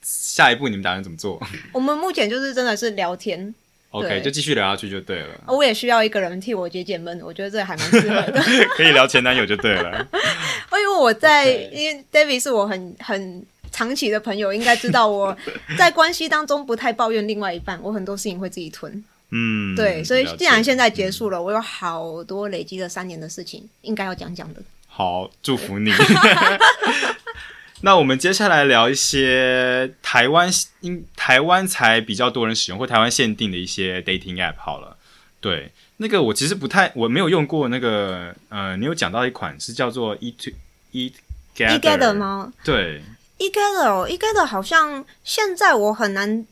下一步你们打算怎么做
我们目前就是真的是聊天，
？OK，
对
就继续聊下去就对 了，
我也需要一个人替我解解闷，我觉得这还蛮适合 的。
可以聊前男友就对了。
因为我在
OK
因为 David 是我很很长期的朋友，应该知道我在关系当中不太抱怨另外一半，我很多事情会自己吞。
嗯，
对，所以
了解
既然现在结束了，我有好多累积了三年的事情，应该要讲讲的。
好，祝福你。 那我们接下来聊一些台湾因台湾才比较多人使用或台湾限定的一些 dating app 好了。对，那个我其实不太，我没有用过那个，呃，你有讲到一款是叫做 Eat to Eat
e g a t h e r
Gather
吗
对，
e g a t h e r e g a t h e r 好像现在我很难。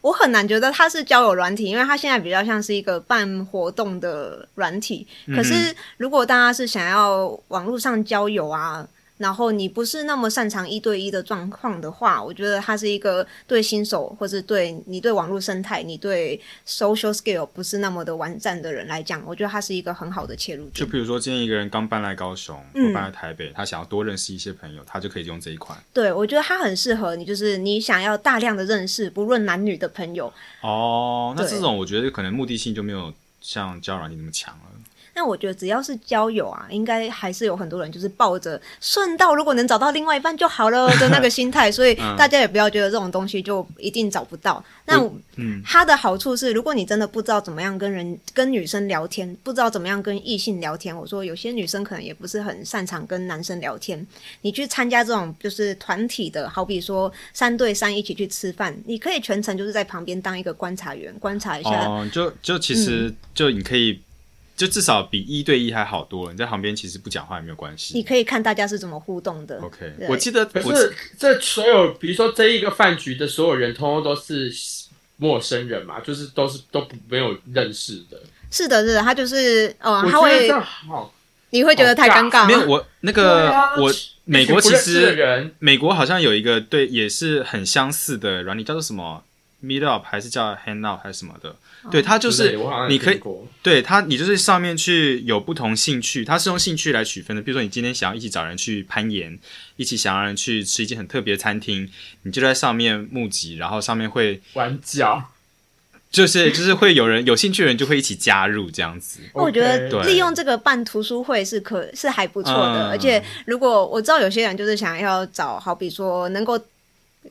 我很难觉得它是交友软体，因为它现在比较像是一个办活动的软体。
嗯
可是如果大家是想要网络上交友啊，然后你不是那么擅长一对一的状况的话，我觉得它是一个对新手或是对你对网络生态、你对 social skill 不是那么的完善的人来讲，我觉得它是一个很好的切入
就
点。
比如说今天一个人刚搬来高雄，
嗯
或搬来台北，他想要多认识一些朋友，他就可以用这一款。
对，我觉得它很适合你，就是你想要大量的认识不论男女的朋友。
哦，那
对
这种我觉得可能目的性就没有像交友软件那么强了。
那我觉得只要是交友啊，应该还是有很多人就是抱着顺道如果能找到另外一半就好 了的那个心态，所以大家也不要觉得这种东西就一定找不到。那
嗯我嗯
它的好处是，如果你真的不知道怎么样跟人、跟女生聊天，不知道怎么样跟异性聊天，我说有些女生可能也不是很擅长跟男生聊天。你去参加这种就是团体的，好比说三对三一起去吃饭，你可以全程就是在旁边当一个观察员，观察一下。
哦，就就其
嗯
实就你可以，就至少比一对一还好多了。你在旁边其实不讲话也没有关
你
系。
可以看大家是怎么互动的。
OK，
对
我记得
可
我记
是这所有，比如说这一个饭局的所有人，通通都是陌生人嘛，就是都是都不没有认识的。
是的，是的，他就是，嗯，
我
他
觉得这
会，
样哦好，
你会觉得太尴尬吗
没有我那
对
个、
啊
我美国
一
其
群不认识的
实
人
美国好像有一个对也是很相似的软体，叫做什么 Meet Up 还是叫 Hang Out 还是什么的？
哦
对，它就
对
是
我好像
你
也
可以
听过
对它，你就是上面去有不同兴趣，它是用兴趣来区分的。比如说，你今天想要一起找人去攀岩，一起想要人去吃一间很特别的餐厅，你就在上面募集，然后上面会
玩脚，
就是 就是会有人有兴趣的人就会一起加入这样子。
我觉得
OK
对
利用这个办图书会是可是还不错的，
嗯
而且如果我知道有些人就是想要找，好比说能够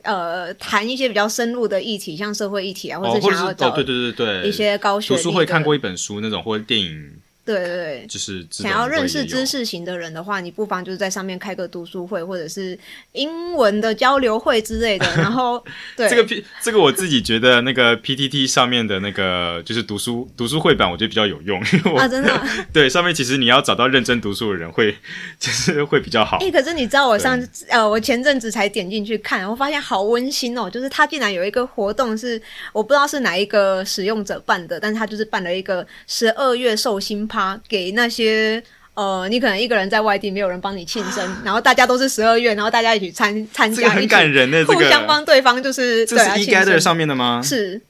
呃谈一些比较深入的议题，像社会议题啊，
哦，或者
者想
是
要
哦，
找
对对对
一
对，
些高学
读
历的
书会看过一本书那种，或者电影
对对对。
就是这种
想要认识
会也有
知识型的人的话，你不妨就是在上面开个读书会，或者是英文的交流会之类的。然后，对
这个 P 这个我自己觉得那个 PTT 上面的那个就是读书读书会版，我觉得比较有用，因为我、
啊，真的，
对上面其实你要找到认真读书的人会， 就是会比较好
哎、。可是你知道我上呃，我前阵子才点进去看，我发现好温馨哦，就是他竟然有一个活动是我不知道是哪一个使用者办的，但是他就是办了一个十二月寿星趴给那些。呃，你可能一个人在外地，没有人帮你庆生，然后大家都是十二月，然后大家一起参参
啊这个
加，
很
一起
感人的，这
互
个
相帮对方，就是
这
对
是
啊，
e
庆
g a t h e
生
上面的吗？
是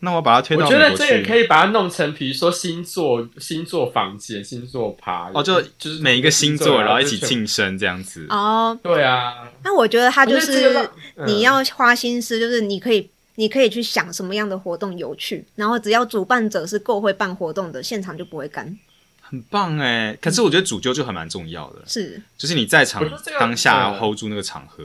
那我把它推
我
到
觉
美
得
国
这个可
去。
以把它弄成，比如说星座、星座房间、星座趴，
哦，就
就是
每一个星
啊
座，然后一起
进。
庆生这样子。
哦。
对啊，
那我觉得他就
我觉得这个
是
让嗯
你要花心思，就是你可以，你可以去想什么样的活动有趣，然后只要主办者是够会办活动的，现场就不会
嗯
干。
很棒哎，可是我觉得主揪就很蛮重要的，
是，
就是你在场
我觉得这个
当下
嗯
hold 住那个场合。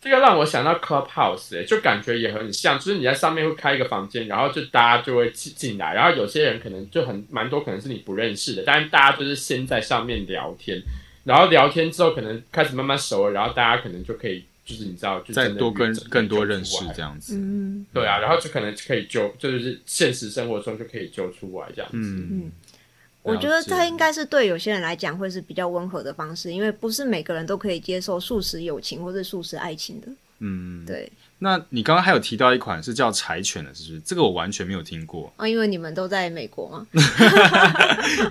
这个让我想到 Clubhouse，、欸、就感觉也很像，就是你在上面会开一个房间，然后就大家就会进进来，然后有些人可能就很蛮多可能是你不认识的，但是大家就是先在上面聊天，然后聊天之后可能开始慢慢熟了，然后大家可能就可以就是你知道，就
再
真的
多跟
真的
更多
就
认
出
识
来
这样子。
嗯，
对啊，然后就可能可以揪，就是现实生活中就可以揪出来这样子。
嗯，
我觉得
了解
这应该是对有些人来讲会是比较温和的方式，因为不是每个人都可以接受素食友情或是素食爱情的。
嗯，
对，
那你刚刚还有提到一款是叫柴犬的，是不是？这个我完全没有听过，
啊，因为你们都在美国嘛，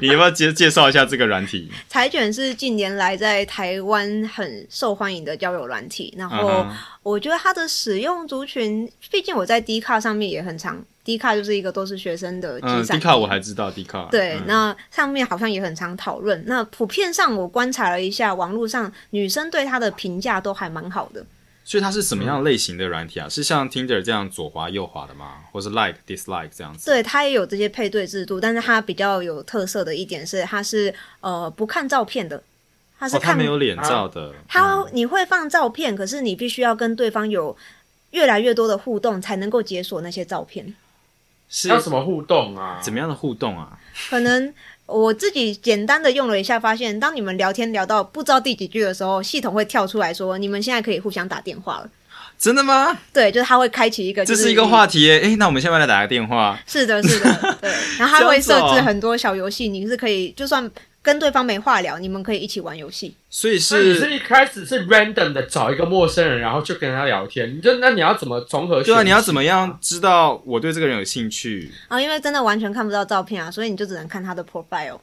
你要不要介介绍一下这个软体？
柴犬是近年来在台湾很受欢迎的交友软体，然后
嗯哼
我觉得它的使用族群，毕竟我在 D 卡上面也很常，D 卡就是一个都是学生的集
嗯
散
迪
地
卡我还知道迪卡，
对
嗯，
那上面好像也很常讨论。那普遍上我观察了一下，网络上女生对它的评价都还蛮好的。
所以它是什么样类型的软体啊？是像 Tinder 这样左滑右滑的吗？或是 like dislike 这样子？
对，它也有这些配对制度，但是它比较有特色的一点是，它是呃不看照片的，它是
哦，它
看、啊
没有脸照的，
它
嗯
你会放照片，可是你必须要跟对方有越来越多的互动，才能够解锁那些照片。
是
要什么互动啊？
怎么样的互动啊？
可能我自己简单的用了一下，发现当你们聊天聊到不知道第几句的时候，系统会跳出来说你们现在可以互相打电话了。
真的吗？
对，就是它会开启一个、
这
就是
一个 话题耶！诶，那我们下面来打个电话。
是的，是的，哦对。然后它会
这
设
样子哦
置很多小游戏，你是可以就算跟对方没话聊，你们可以一起玩游戏。
所以
所以你
是，
是一开始是 random 的找一个陌生人，然后就跟他聊天，你就那你要怎么综合？
对啊，你要怎么？样知道我对这个人有兴趣？
啊，因为真的完全看不到照片啊，所以你就只能看他的 profile，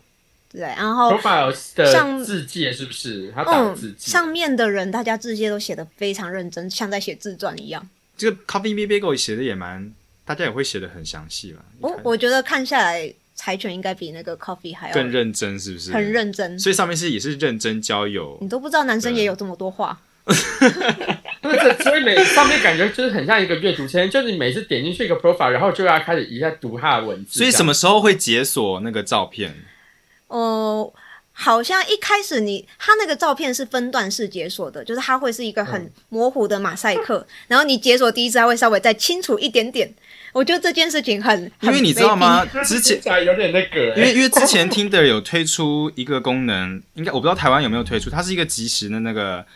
对，然后嗯
profile
上
的字界是不是？他打字
嗯，
界、
上面的人大家字界都写的非常认真，像在写自传一样。
这个 Coffee Me Bagel 写的也蛮，大家也会写的很详细了。
哦我我觉得看下来，柴犬应该比那个 coffee 还要
更认真是不是？
很。认真，
所以上面是也是认真交友
你，都不知道男生也有这么多话。
对，这所以每上面感觉就是很像一个阅读签，就是你每次点进去一个 profile，然后就要开始一下读他的文字。
所以什么时候会解锁那个照片？
哦、好像一开始你他那个照片是分段式解锁的，就是它会是一个
嗯
很模糊的马赛克，然后你解锁第一次，它会稍微再清楚一点点。我觉得这件事情很，
因为
很
你知
卑
道
鄙
吗？
这样？
之前
听起来有点那个、欸，
因为因为之前 Tinder 有推出一个功能，应该我不知道台湾有没有推出，它是一个即时的那个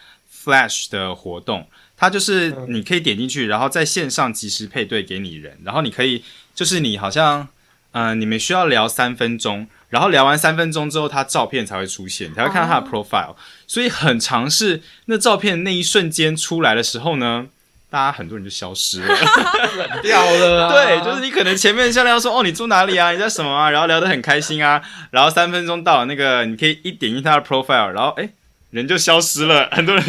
Flash 的活动，它就是你可以点进去，然后在线上即时配对给你人，然后你可以就是你好像嗯、呃你们需要聊三分钟，然后聊完三分钟之后，他照片才会出现，你才会看到他的 profile，、所以很尝试那照片那一瞬间出来的时候呢。大家很多人就消失了，
哎冷掉了、啊。
对，就是你可能前面像那样说哦，你住哪里啊？你在什么啊？然后聊得很开心啊，然后三分钟到了，那个你可以一点进他的 profile，然后哎，人就消失了。 很多人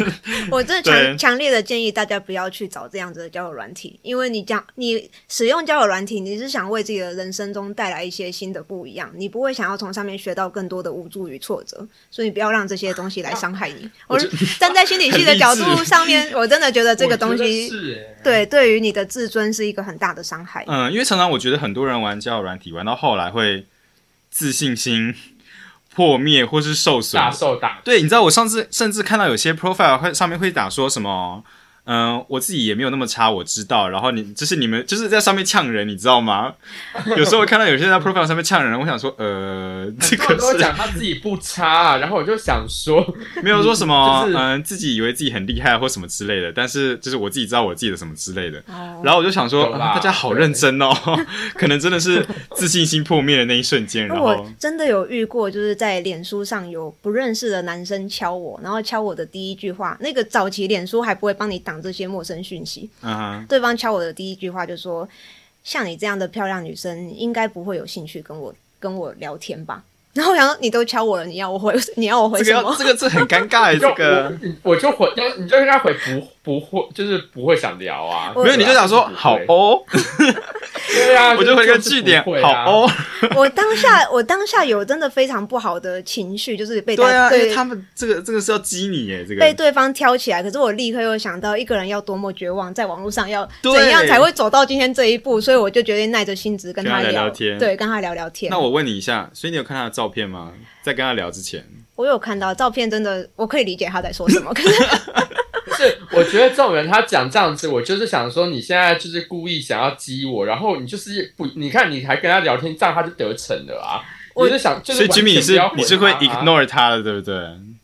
我真的
对
强强烈的建议大家不要去找这样子的交友软体，因为你讲你使用交友软体，你是想为自己的人生中带来一些新的不一样，你不会想要从上面学到更多的无助与挫折，所以你不要让这些东西来伤害你。我是 站在心理系的角
很励
度
志
上面，我真的觉得这个东
我觉得
西
是、欸、
对对于你的自尊是一个很大的伤害。
嗯，因为常常我觉得很多人玩交友软体玩到后来会自信心破灭或是受损
大，受打
对，你知道我上次甚至看到有些 profile 会上面会打说什么，嗯、我自己也没有那么差，我知道。然后你就是你们就是在上面呛人，你知道 吗？有时候我看到有些人在 profile 上面呛人，我想说，呃， 这
很多人都
个
讲他自己不差、然后我就想说，
是没有说什么，
就是
嗯、自己以为自己很厉害或什么之类的，但是就是我自己知道我自己的什么之类的。
哦，
然后我就想说，
有
啊
啦
大家好认真哦， 可能真的是自信心破灭的那一瞬间，然
那
后
我真的有遇过，就是在脸书上有不认识的男生敲我，然后敲我的第一句话，那个早期脸书还不会帮你挡这些陌生讯息，
嗯哼，
对方敲我的第一句话就说：“像你这样的漂亮女生，应该不会有兴趣跟我跟我聊天吧？” 然后我想说：“你都敲我了，你要我回 你要我回
这个
什
要
么？
这个这很尴尬，欸
就
哎这个。
我我就回，要你就应该回不不会，就是不会想聊啊。
我
没有，你就想说
对啊
好，哦，
对啊，
我就回一个句点，好，哦，
我当下我当下有真的非常不好的情绪，就是被
对啊，因为
对
他们这个这个是要激你耶，这
被
个
对方挑起来。可是我立刻又想到，一个人要多么绝望，在网络上要
对
怎样才会走到今天这一步，所以我就决定耐着性子跟
跟他
他
聊聊天
对，跟他聊聊天
那。我问你一下，所以你有看他的照片吗？在跟他聊之前，
我有看到照片，真的我可以理解他在说什么，可是
就是是我觉得这种人他讲这样子，我就是想说你现在就是故意想要激我，然后你就是不，你看你还跟他聊天，这样他就得逞了啊。
我
我就想，就
所
是
以 Jimmy 你
完全不
是
要回
你是会
他啊
ignore 他的，对不对？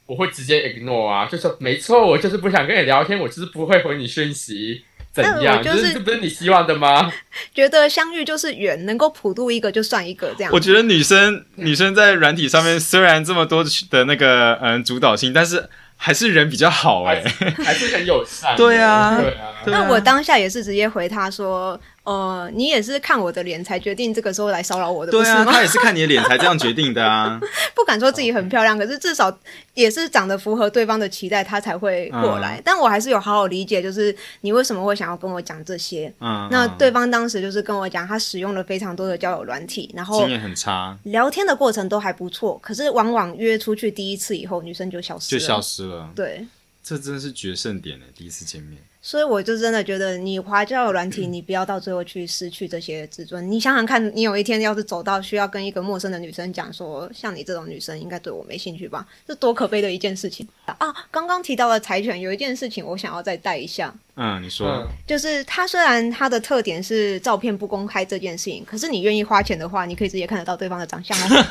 我会直接 ignore 啊，就说没错，我就是不想跟你聊天，我就是不会回你讯息，怎
但我
样？
就
就是这不是你希望的吗？
觉得相遇就是缘，能够普渡一个就算一个这样
我。觉得女生女生在软体上面虽然这么多的那个嗯主导性，但是还是人比较好哎、
还是还是很友善的。
对啊
对啊。
对啊
那我当下也是直接回他说，呃，你也是看我的脸才决定这个时候来骚扰我的，不
对
是
啊，
吗？
他也是看你的脸才这样决定的啊。
不敢说自己很漂亮，可是至少也是长得符合对方的期待，他才会过
嗯
来。但我还是有好好理解，就是你为什么会想要跟我讲这些。
嗯，
那
嗯
对方当时就是跟我讲，他使用了非常多的交友软体，然后
经验很差，
聊天的过程都还不错，可是往往约出去第一次以后，女生就消失
就
了。
消失了。
对，
这真是决胜点哎，第一次见面。
所以我就真的觉得，你滑交友软体，你不要到最后去失去这些自尊。你想想看，你有一天要是走到需要跟一个陌生的女生讲说，像你这种女生应该对我没兴趣吧，这多可悲的一件事情啊！刚刚提到了柴犬，有一件事情我想要再带一下，
嗯，你说、
嗯，
就是它虽然它的特点是照片不公开这件事情，可是你愿意花钱的话，你可以直接看得到对方的长相哦。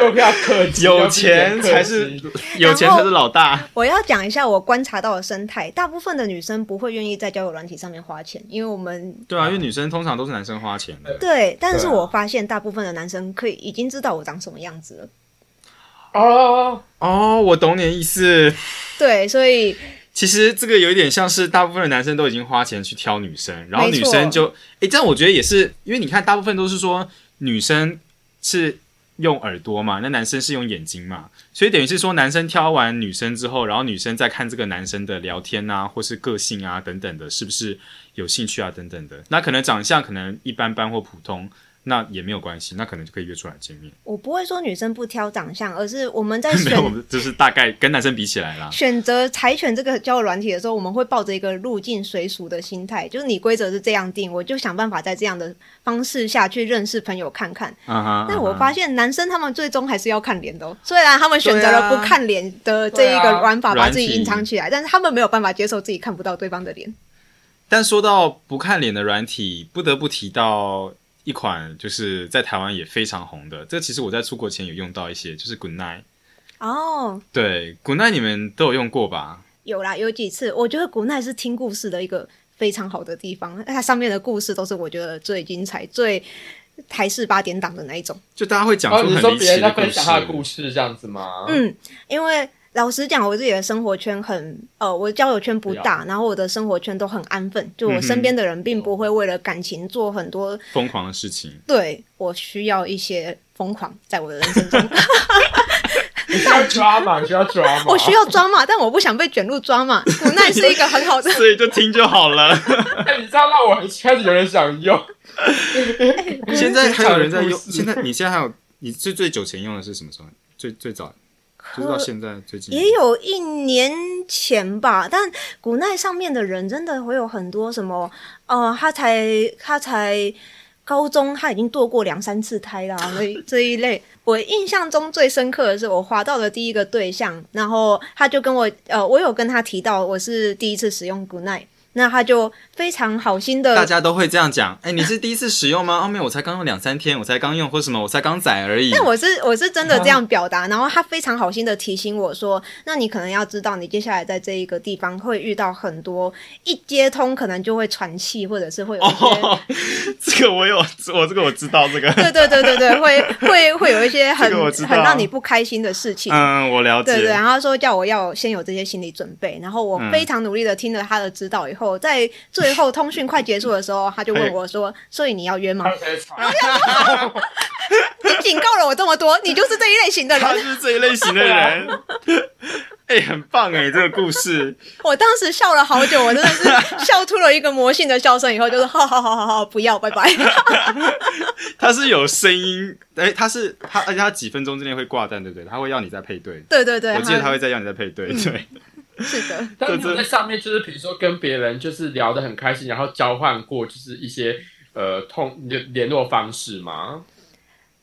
又不要客气，
有钱
又不要
才
客气
是有钱才是老 大。
我要讲一下我观察到的生态，大部分的女生不会愿意在交友软体上面花钱，因为我们
对啊，因为女生通常都是男生花钱的。
对，但是
对啊
我发现大部分的男生可以已经知道我长什么样子了。
哦。
哦，我懂你的意思。
对，所以
其实这个有一点像是大部分的男生都已经花钱去挑女生，然后女生就，诶，这样我觉得也是，因为你看大部分都是说女生是用耳朵嘛，那男生是用眼睛嘛，所以等于是说男生挑完女生之后，然后女生再看这个男生的聊天啊，或是个性啊等等的，是不是有兴趣啊等等的，那可能长相可能一般般或普通，那也没有关系，那可能就可以约出来见面。
我不会说女生不挑长相，而是我们 在
没
选
有，我们就是大概跟男生比起来啦。
选择柴犬这个交友软体的时候，我们会抱着一个入境随俗的心态，就是你规则是这样定，我就想办法在这样的方式下去认识朋友看看。
嗯哼，
但
嗯
我
哼
发现男生他们最终还是要看脸的、哦，虽然他们选择
对
了
啊
不看脸的这一
对
个
啊
玩法把自己
软体
隐藏起来，但是他们没有办法接受自己看不到对方的脸。
但说到不看脸的软体，不得不提到一款就是在台湾也非常红的，这其实我在出国前有用到一些，就是 Good Night。
哦、
对，Good Night 你们都有用过吧？
有啦，有几次，我觉得古奈是听故事的一个非常好的地方，它上面的故事都是我觉得最精彩、最台式八点档的那一种。
就大家会讲
哦，
出
你
很
说
离
别
奇
人
的
在
故
分
事。
享他的故事这样子吗？
哦
嗯，因为老实讲，我自己的生活圈很呃，我交友圈不大，然后我的生活圈都很安分，
嗯
就我身边的人
哦
并不会为了感情做很多。
疯狂的事情，
对我需要一些疯狂在我的人 生中，
你需要抓嘛？你需要抓嘛？
我需要抓嘛，但我不想被卷入抓嘛。古奈是一个很好的，
所以就听就好了。
哎，你知道让我一开始有点 想用，
现在还有人在
讲
用，
故事
现在你现在还有，你最最久前用的是什么时候？最最早 就是到现在最近
呃也有一年前吧，但古奈上面的人真的会有很多什么，呃，他才他才高中他已经堕过两三次胎啦，所以这一类。我印象中最深刻的是我滑到的第一个对象，然后他就跟我，呃，我有跟他提到我是第一次使用古奈，那他就非常好心的
大家都会这样讲。哎，你是第一次使用吗？哦，没有，我才刚用两三天，我才刚用，或什么，我才刚载而已。
但我是我是真
嗯
的这样表达，然后他非常好心的提醒我说，那你可能要知道，你接下来在这一个地方会遇到很多一接通可能就会喘气，或者是会有一些，
哦， 这个我有，我这个我知道这个。
对对对对 对，会会会有一些很
这个我知道
很让你不开心的事情。
嗯，我了解。
对对，然后他说叫我要先有这些心理准备，然后我
嗯
非常努力的听了他的指导以后，在最后通讯快结束的时候，他就问我 说：“所以你要约吗
他才吵
你警告了我这么多，你就是这一类型的人
他。就是这一类型的人。 哎、很棒哎、这个故事。
我当时笑了好久，我真的是笑出了一个魔性的笑声，以后就是好好好好好，不要，拜 拜。
他是有声音，哎、他是他，而且他几分钟之内会挂断，对不对？他会要你再配对。
对对对，嗯
我记得他
哈
会再要你再配对，对，
是的，
但你有在上面就是比如说跟别人就是聊得很开心，然后交换过就是一些呃通联联络方式吗？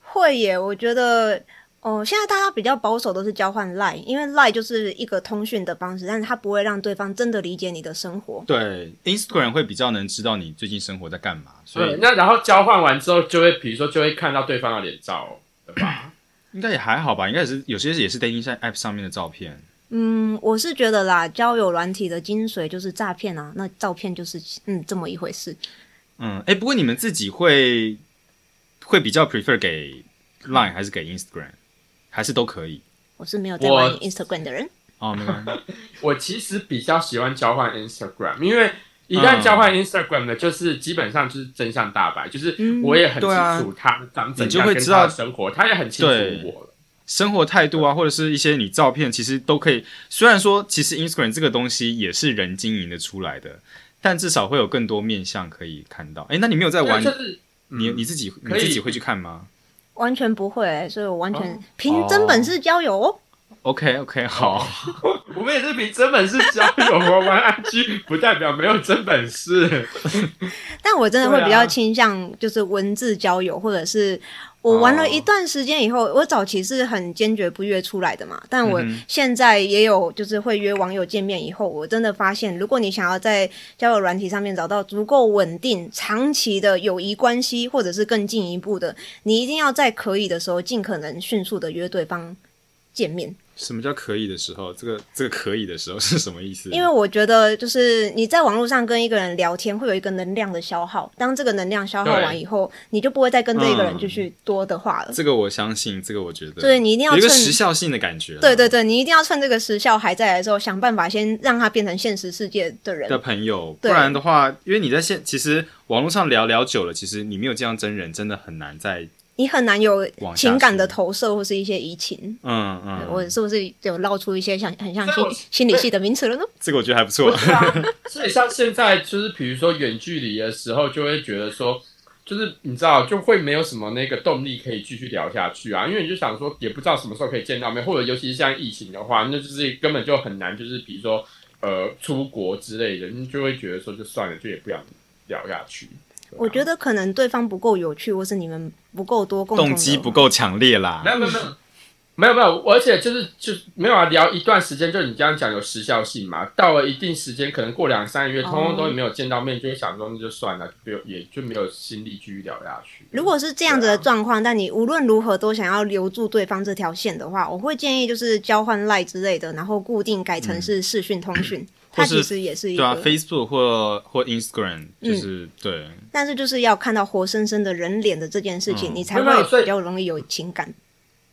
会耶。我觉得哦，现在大家比较保守都是交换 Line，因为 Line 就是一个通讯的方式，但是它不会让对方真的理解你的生 活。
对，Instagram 会比较能知道你最近生活在干嘛，所
对，
以
那然后交换完之后，就会比如说就会看到对方的脸照，对吧？
应该也还好吧。应该也是有些也是 dating 上 app 上面的照片。
嗯，我是觉得啦，交友软体的精髓就是诈骗啊，那照片就是嗯这么一回事。
嗯，哎，不过你们自己会会比较 prefer 给 Line 还是给 Instagram，还是都可以？
我是没有在
我
玩 Instagram 的人，
哦，没关系。
我其实比较喜欢交换 Instagram，因为一旦交
嗯
换 Instagram 的，就是基本上就是真相大白，就是
嗯
我也很
对啊
清楚他长怎
你就
样
会
跟
知道
他的生活，他也很清楚
对
我了。
生活态度啊，或者是一些你照片，其实都可以。虽然说，其实 Instagram 这个东西也是人经营的出来的，但至少会有更多面向可以看到。哎，那你没有在玩
对，就是
你
嗯
你自己你
可以
自己会去看吗
完全不会、所以我完全
哦
凭真本事交友哦。
？OK OK，好，
我们也是凭真本事交友啊，玩 IG 不代表没有真本事。
但我真的会比
对
较
啊
倾向就是文字交友，或者是我玩了
哦
一段时间以后，我早期是很坚决不约出来的嘛，但我
嗯哼
现在也有就是会约网友见面以后，我真的发现，如果你想要在交友软体上面找到足够稳定、长期的友谊关系，或者是更进一步的，你一定要在可以的时候尽可能迅速的约对方见面。
什么叫可以的时候？这个这个可以的时候是什么意思？
因为我觉得，就是你在网络上跟一个人聊天，会有一个能量的消耗。当这个能量消耗完以后，你就不会再跟这一个人继续多的话了。
嗯这个我相信，这个我觉得，
所以你一定要
有一个
趁
时效性的感觉。
对对，对，你一定要趁这个时效还在的时候，想办法先让他变成现实世界的人
的。朋友，不
对
然的话，因为你在现其实网络上聊聊久了，其实你没有见到真人，真的很难再
你很难有
往下
情感
去
的投射或是一些移情。
嗯嗯，
我是不是有绕出一些像很像
所以
心
我
心理系的名词了呢？
这个我觉得还不错。
对啊，所以像现在就是比如说远距离的时候，就会觉得说，就是你知道就会没有什么那个动力可以继续聊下去啊，因为你就想说也不知道什么时候可以见到面，或者尤其是像疫情的话，那就是根本就很难，就是比如说呃出国之类的，你就会觉得说就算了，就也不想聊下去。
我觉得可能对方不够有趣，或是你们不够多共同的
动机不够强烈啦
没。有没有没有没有没有，而且就是就是没有啊，聊一段时间，就你刚刚讲有时效性嘛，到了一定时间，可能过两三个月，
哦
通通都没有见到面，就会想说那就算了，就也就没有心力继续聊下去。
如果是这样子的
对啊
状况，但你无论如何都想要留住对方这条线的话，我会建议就是交换赖之类的，然后固定改成是视讯通讯，
嗯
它
或是
其实也是一
对
个，
啊，Facebook 或或 Instagram
嗯
就是、对，
但是就是要看到活生生的人脸的这件事情，
嗯
你才
没有没有
会
所以
比较容易有情感。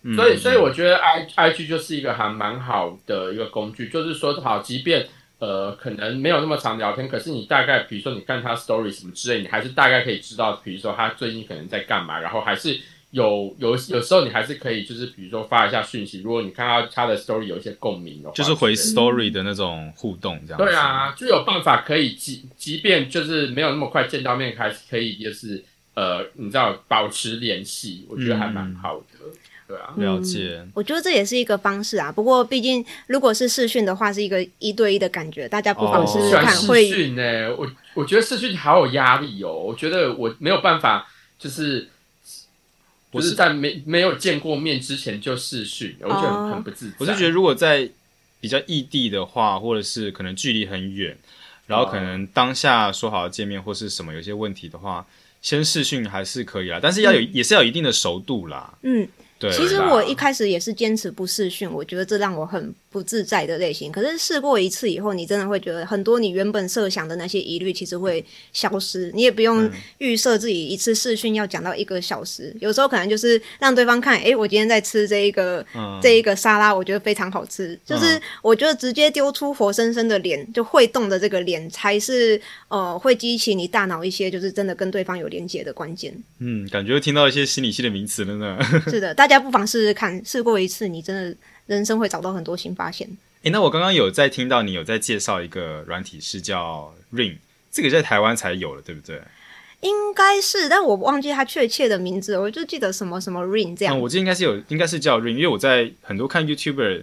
嗯
所以，所以我觉得 i i g 就是一个还蛮好的一个工具，就是说，好，即便呃可能没有那么常聊天，可是你大概比如说你看他 story 什么之类，你还是大概可以知道，比如说他最近可能在干嘛，然后还是有有有时候你还是可以就是比如说发一下讯息，如果你看到他的 story 有一些共鸣的
嗯
话，
就是回
之类
Story 的那种互动这样子。
的对，啊，就有办法可以即即便就是没有那么快见到面，还是可以就是呃你知道保持联系，我觉得还
嗯
蛮好的，对啊。
了解。
我觉得这也是一个方式啊，不过毕竟如果是视讯的话，是一个一对一的感觉，大家不
哦
妨试
我
试
喜欢
看，
视
会
讯呢、我我觉得视讯好有压力哦，我觉得我没有办法，就是
我
不
是
是在没没有见过面之前就视讯，我觉得很
哦
很不自在。
我是觉得，如果在比较异地的话，或者是可能距离很远，然后可能当下说好要见面或是什么有些问题的话，先试训还是可以啦，但是要有、也是要有一定的熟度啦。
嗯。
对啦，
其实我一开始也是坚持不试训，我觉得这让我很不自在的类型。可是试过一次以后，你真的会觉得很多你原本设想的那些疑虑其实会消失，你也不用
嗯
预设自己一次试训要讲到一个小时。有时候可能就是让对方看，诶，我今天在吃这一个、
嗯
这一个沙拉，我觉得非常好吃。就是我觉得直接丢出活生生的脸，就会动的这个脸，才是呃会激起你大脑一些就是真的跟对方有连接的关键。
嗯，感觉又听到一些心理系的名词了呢。
是的，大家不妨试试看，试过一次，你真的人生会找到很多新发现。
诶，那我刚刚有在听到你有在介绍一个软体是叫 Ring，这个在台湾才有了，对不对？
应该是，但我忘记它确切的名字了，我就记得什么什么 Rain
嗯
这样。
嗯，我记得应该是有，应该是叫 Ring，因为我在很多看 YouTuber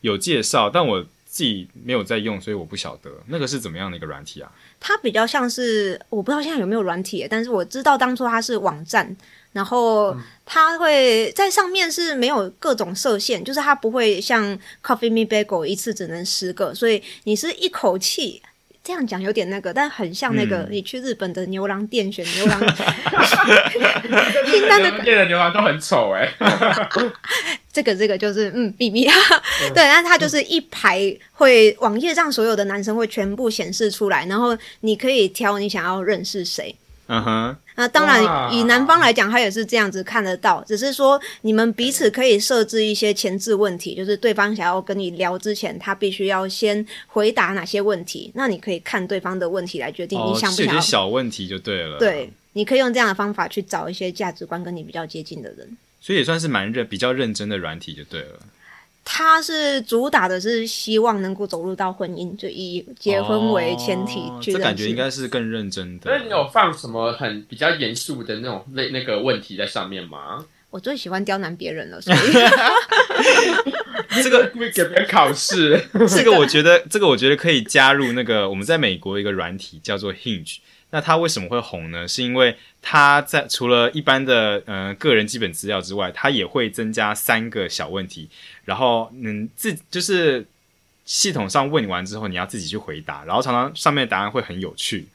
有介绍，但我自己没有在用，所以我不晓得那个是怎么样的一个软体啊？
它比较像是我不知道现在有没有软体耶，但是我知道当初它是网站，然后它会在上面是没有各种设限，就是它不会像 Coffee Me Bagel 一次只能十个，所以你是一口气。这样讲有点那个，但很像那个
嗯
你去日本的牛郎店 选牛郎清单的
店的牛郎都很丑哎、
这个这个就是嗯秘密，对，但是它就是一排会网页上所有的男生会全部显示出来，然后你可以挑你想要认识谁。
嗯哼，
那当然
哇，
以男方来讲，他也是这样子看得到，只是说你们彼此可以设置一些前置问题，就是对方想要跟你聊之前，他必须要先回答哪些问题，那你可以看对方的问题来决定你
哦，
想不
是有
想
些
要。
小问题就对了，，
对，你可以用这样的方法去找一些价值观跟你比较接近的人。
所以也算是蛮认比较认真的软体就对了。
他是主打的是希望能够走入到婚姻，就以结婚为前提
哦
去
这
认识。
感觉应该是更认真的。
那你有放什么很比较严肃的那种类那个问题在上面吗？
我最喜欢刁难别人 了，所以
这个
会给别人考试，
这个我觉得，这个我觉得可以加入那个我们在美国一个软体叫做 Hinge。那它为什么会红呢？是因为它在除了一般的呃个人基本资料之外，它也会增加三个小问题，然后嗯自就是系统上问完之后，你要自己去回答，然后常常上面的答案会很有趣。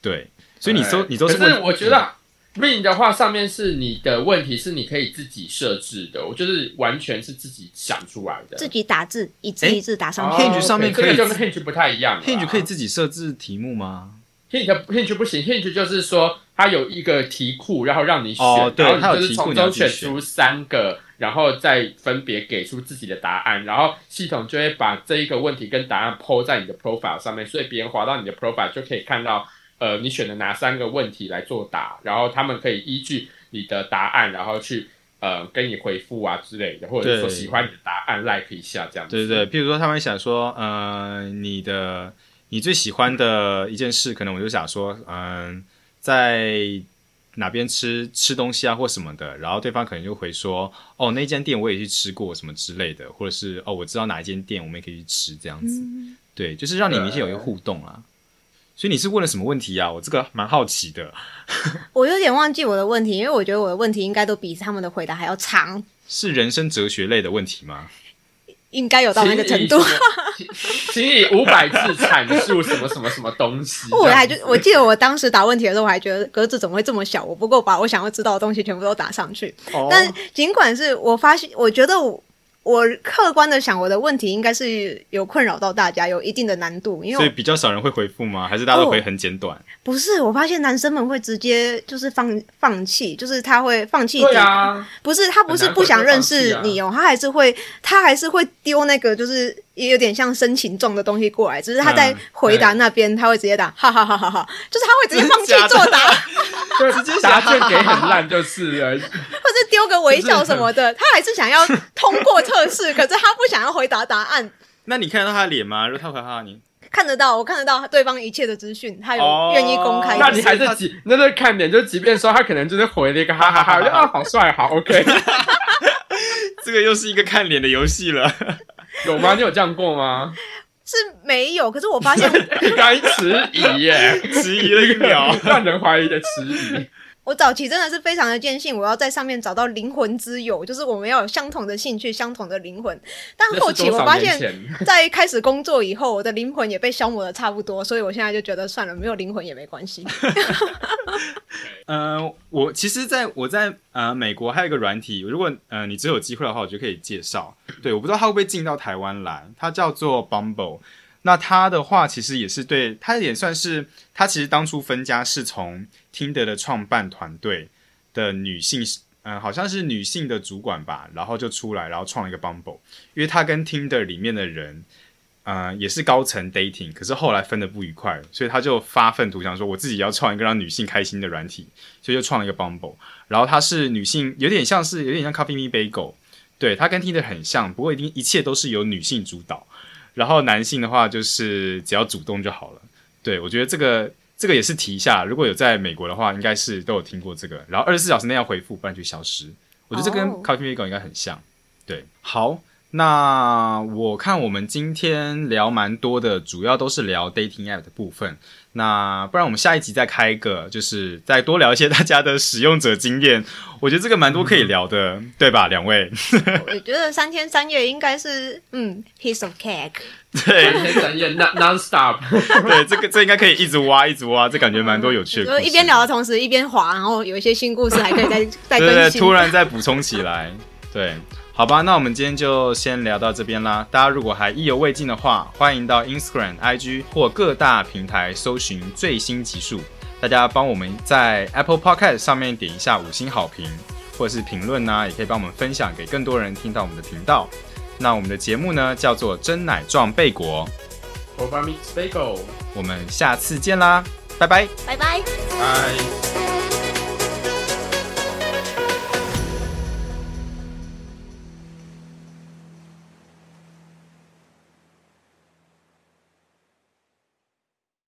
对， 所以你都
对
你都是
可是
问，
我觉得 Ring 的话，上面是你的问题是你可以自己设置的，我就是完全是自己想出来的。
自己打字一字
诶
一字打上
哦
去。
Hinge 上面
OK，
可以
这个就跟 Hinge 不太一样啦。
Hinge 可以自己设置题目吗？
Hinge Hinge 不行，Hinge 就是说它有一个题库，然后让你选，
哦对
然
它
后
有
你就
题
是
库
从
你要自
中
己
选
选
出三个，然后再分别给出自己的答案，然后系统就会把这一个问题跟答案抛在你的 profile 上面，所以别人滑到你的 profile 就可以看到，呃，你选的哪三个问题来作答，然后他们可以依据你的答案，然后去。呃，跟你回复啊之类的，或者是说
对
喜欢你的答案 like 一下这样子。
对对，对，譬如说他们想说，呃，你的你最喜欢的一件事，可能我就想说，嗯、在哪边吃吃东西啊或什么的，然后对方可能就回说，哦，那间店我也去吃过什么之类的，或者是哦，我知道哪一间店，我们也可以去吃这样子。
嗯
对，就是让你明显有一个互动啊。所以你是问了什么问题啊？我这个蛮好奇的。
我有点忘记我的问题，因为我觉得我的问题应该都比他们的回答还要长，
是人生哲学类的问题吗？
应该有到那个程
啊
度。
请以，请以五百字阐述什么什么什么东西
哦。我还就我记得我当时答问题的时候，我还觉得格子怎么会这么小？我不够把我想要知道的东西全部都打上去。
哦
但尽管是我发现，我觉得我我客观的想，我的问题应该是有困扰到大家，有一定的难度，因
所以
为
比较少人会回复吗？还是大家都
哦
回很简短？
我不是我发现男生们会直接就是放放弃，就是他会放弃。
对啊，
不是他不是
很难
不想
会放
认
弃
识
啊
你哦，他还是会他还是会丢那个就是也有点像申请状的东西过来，只是他在
嗯
回答
对
那边、他会直接打哈哈哈哈哈，就是他会直接
真
放 弃
假的
作答，
就直接答卷给
啊
很烂就是了。
或是丢个微笑什么的，他还是想要通过测试，可是他不想要回答答案。
那你看得到他的脸吗？如果他回哈你，
看得到，我看得到对方一切的资讯，他有
哦
愿意公开
哎
的
那
事。
你还是即那就看点，就即便说他可能就是回了一个哈哈哈，我就啊好帅，好 OK，
这个又是一个看脸的游戏了。
有吗？你有这样过 吗？
是没有，可是我发现
你刚迟疑耶，
迟疑了一
哦
秒
让人怀疑的迟疑。
我早期真的是非常的坚信，我要在上面找到灵魂之友，就是我们要有相同的兴趣、相同的灵魂。但
那
后
是
期
多
我
少
发
年
现，
前
在开始工作以后，我的灵魂也被消磨的差不多，所以我现在就觉得算了，没有灵魂也没 关系。
呃，我其实在我在呃美国还有一个软体，如果呃你之后有机会的话，我觉得可以介绍。对，我不知道它会不会进到台湾来，它叫做 Bumble。那它的话其实也是对，它也算是它其实当初分家是从 Tinder 的创办团队的女性，嗯、好像是女性的主管吧，然后就出来，然后创了一个 Bumble，因为它跟 Tinder 里面的人。呃，也是高层 dating，可是后来分的不愉快，所以他就发愤图强，说我自己要创一个让女性开心的软体。所以就创了一个 Bumble。然后它是女性，有点像是有点像 Coffee Me Bagel，对，它跟 Tinder 很像，不过一定一切都是由女性主导。然后男性的话就是只要主动就好了。对我觉得这个这个也是提一下，如果有在美国的话，应该是都有听过这个。然后二十四小时内要回复，不然就消失。我觉得这跟
哦
Coffee Me Bagel 应该很像。对，好。那我看我们今天聊蛮多的，主要都是聊 dating app 的部分。那不然我们下一集再开一个，就是再多聊一些大家的使用者经验。我觉得这个蛮多可以聊的，对吧？两位，
我觉得三天三夜应该是嗯 piece of cake。
对
三天三夜 non non stop，
对，这个这应该可以一直挖一直挖，这感觉蛮多有趣的
就
故
是
事。
一边聊的同时一边滑，然后有一些新故事还可以 再再
对
更
对，
新。
突然再补充起来，对，好吧，那我们今天就先聊到这边啦。大家如果还意犹未尽的话，欢迎到 Instagram、IG 或各大平台搜寻最新集数。大家帮我们在 Apple Podcast 上面点一下五星好评，或者是评论呢、也可以帮我们分享给更多人听到我们的频道。那我们的节目呢，叫做《真奶撞贝果》，
我把 mix bagel，
我们下次见啦，拜拜。
拜拜。
拜。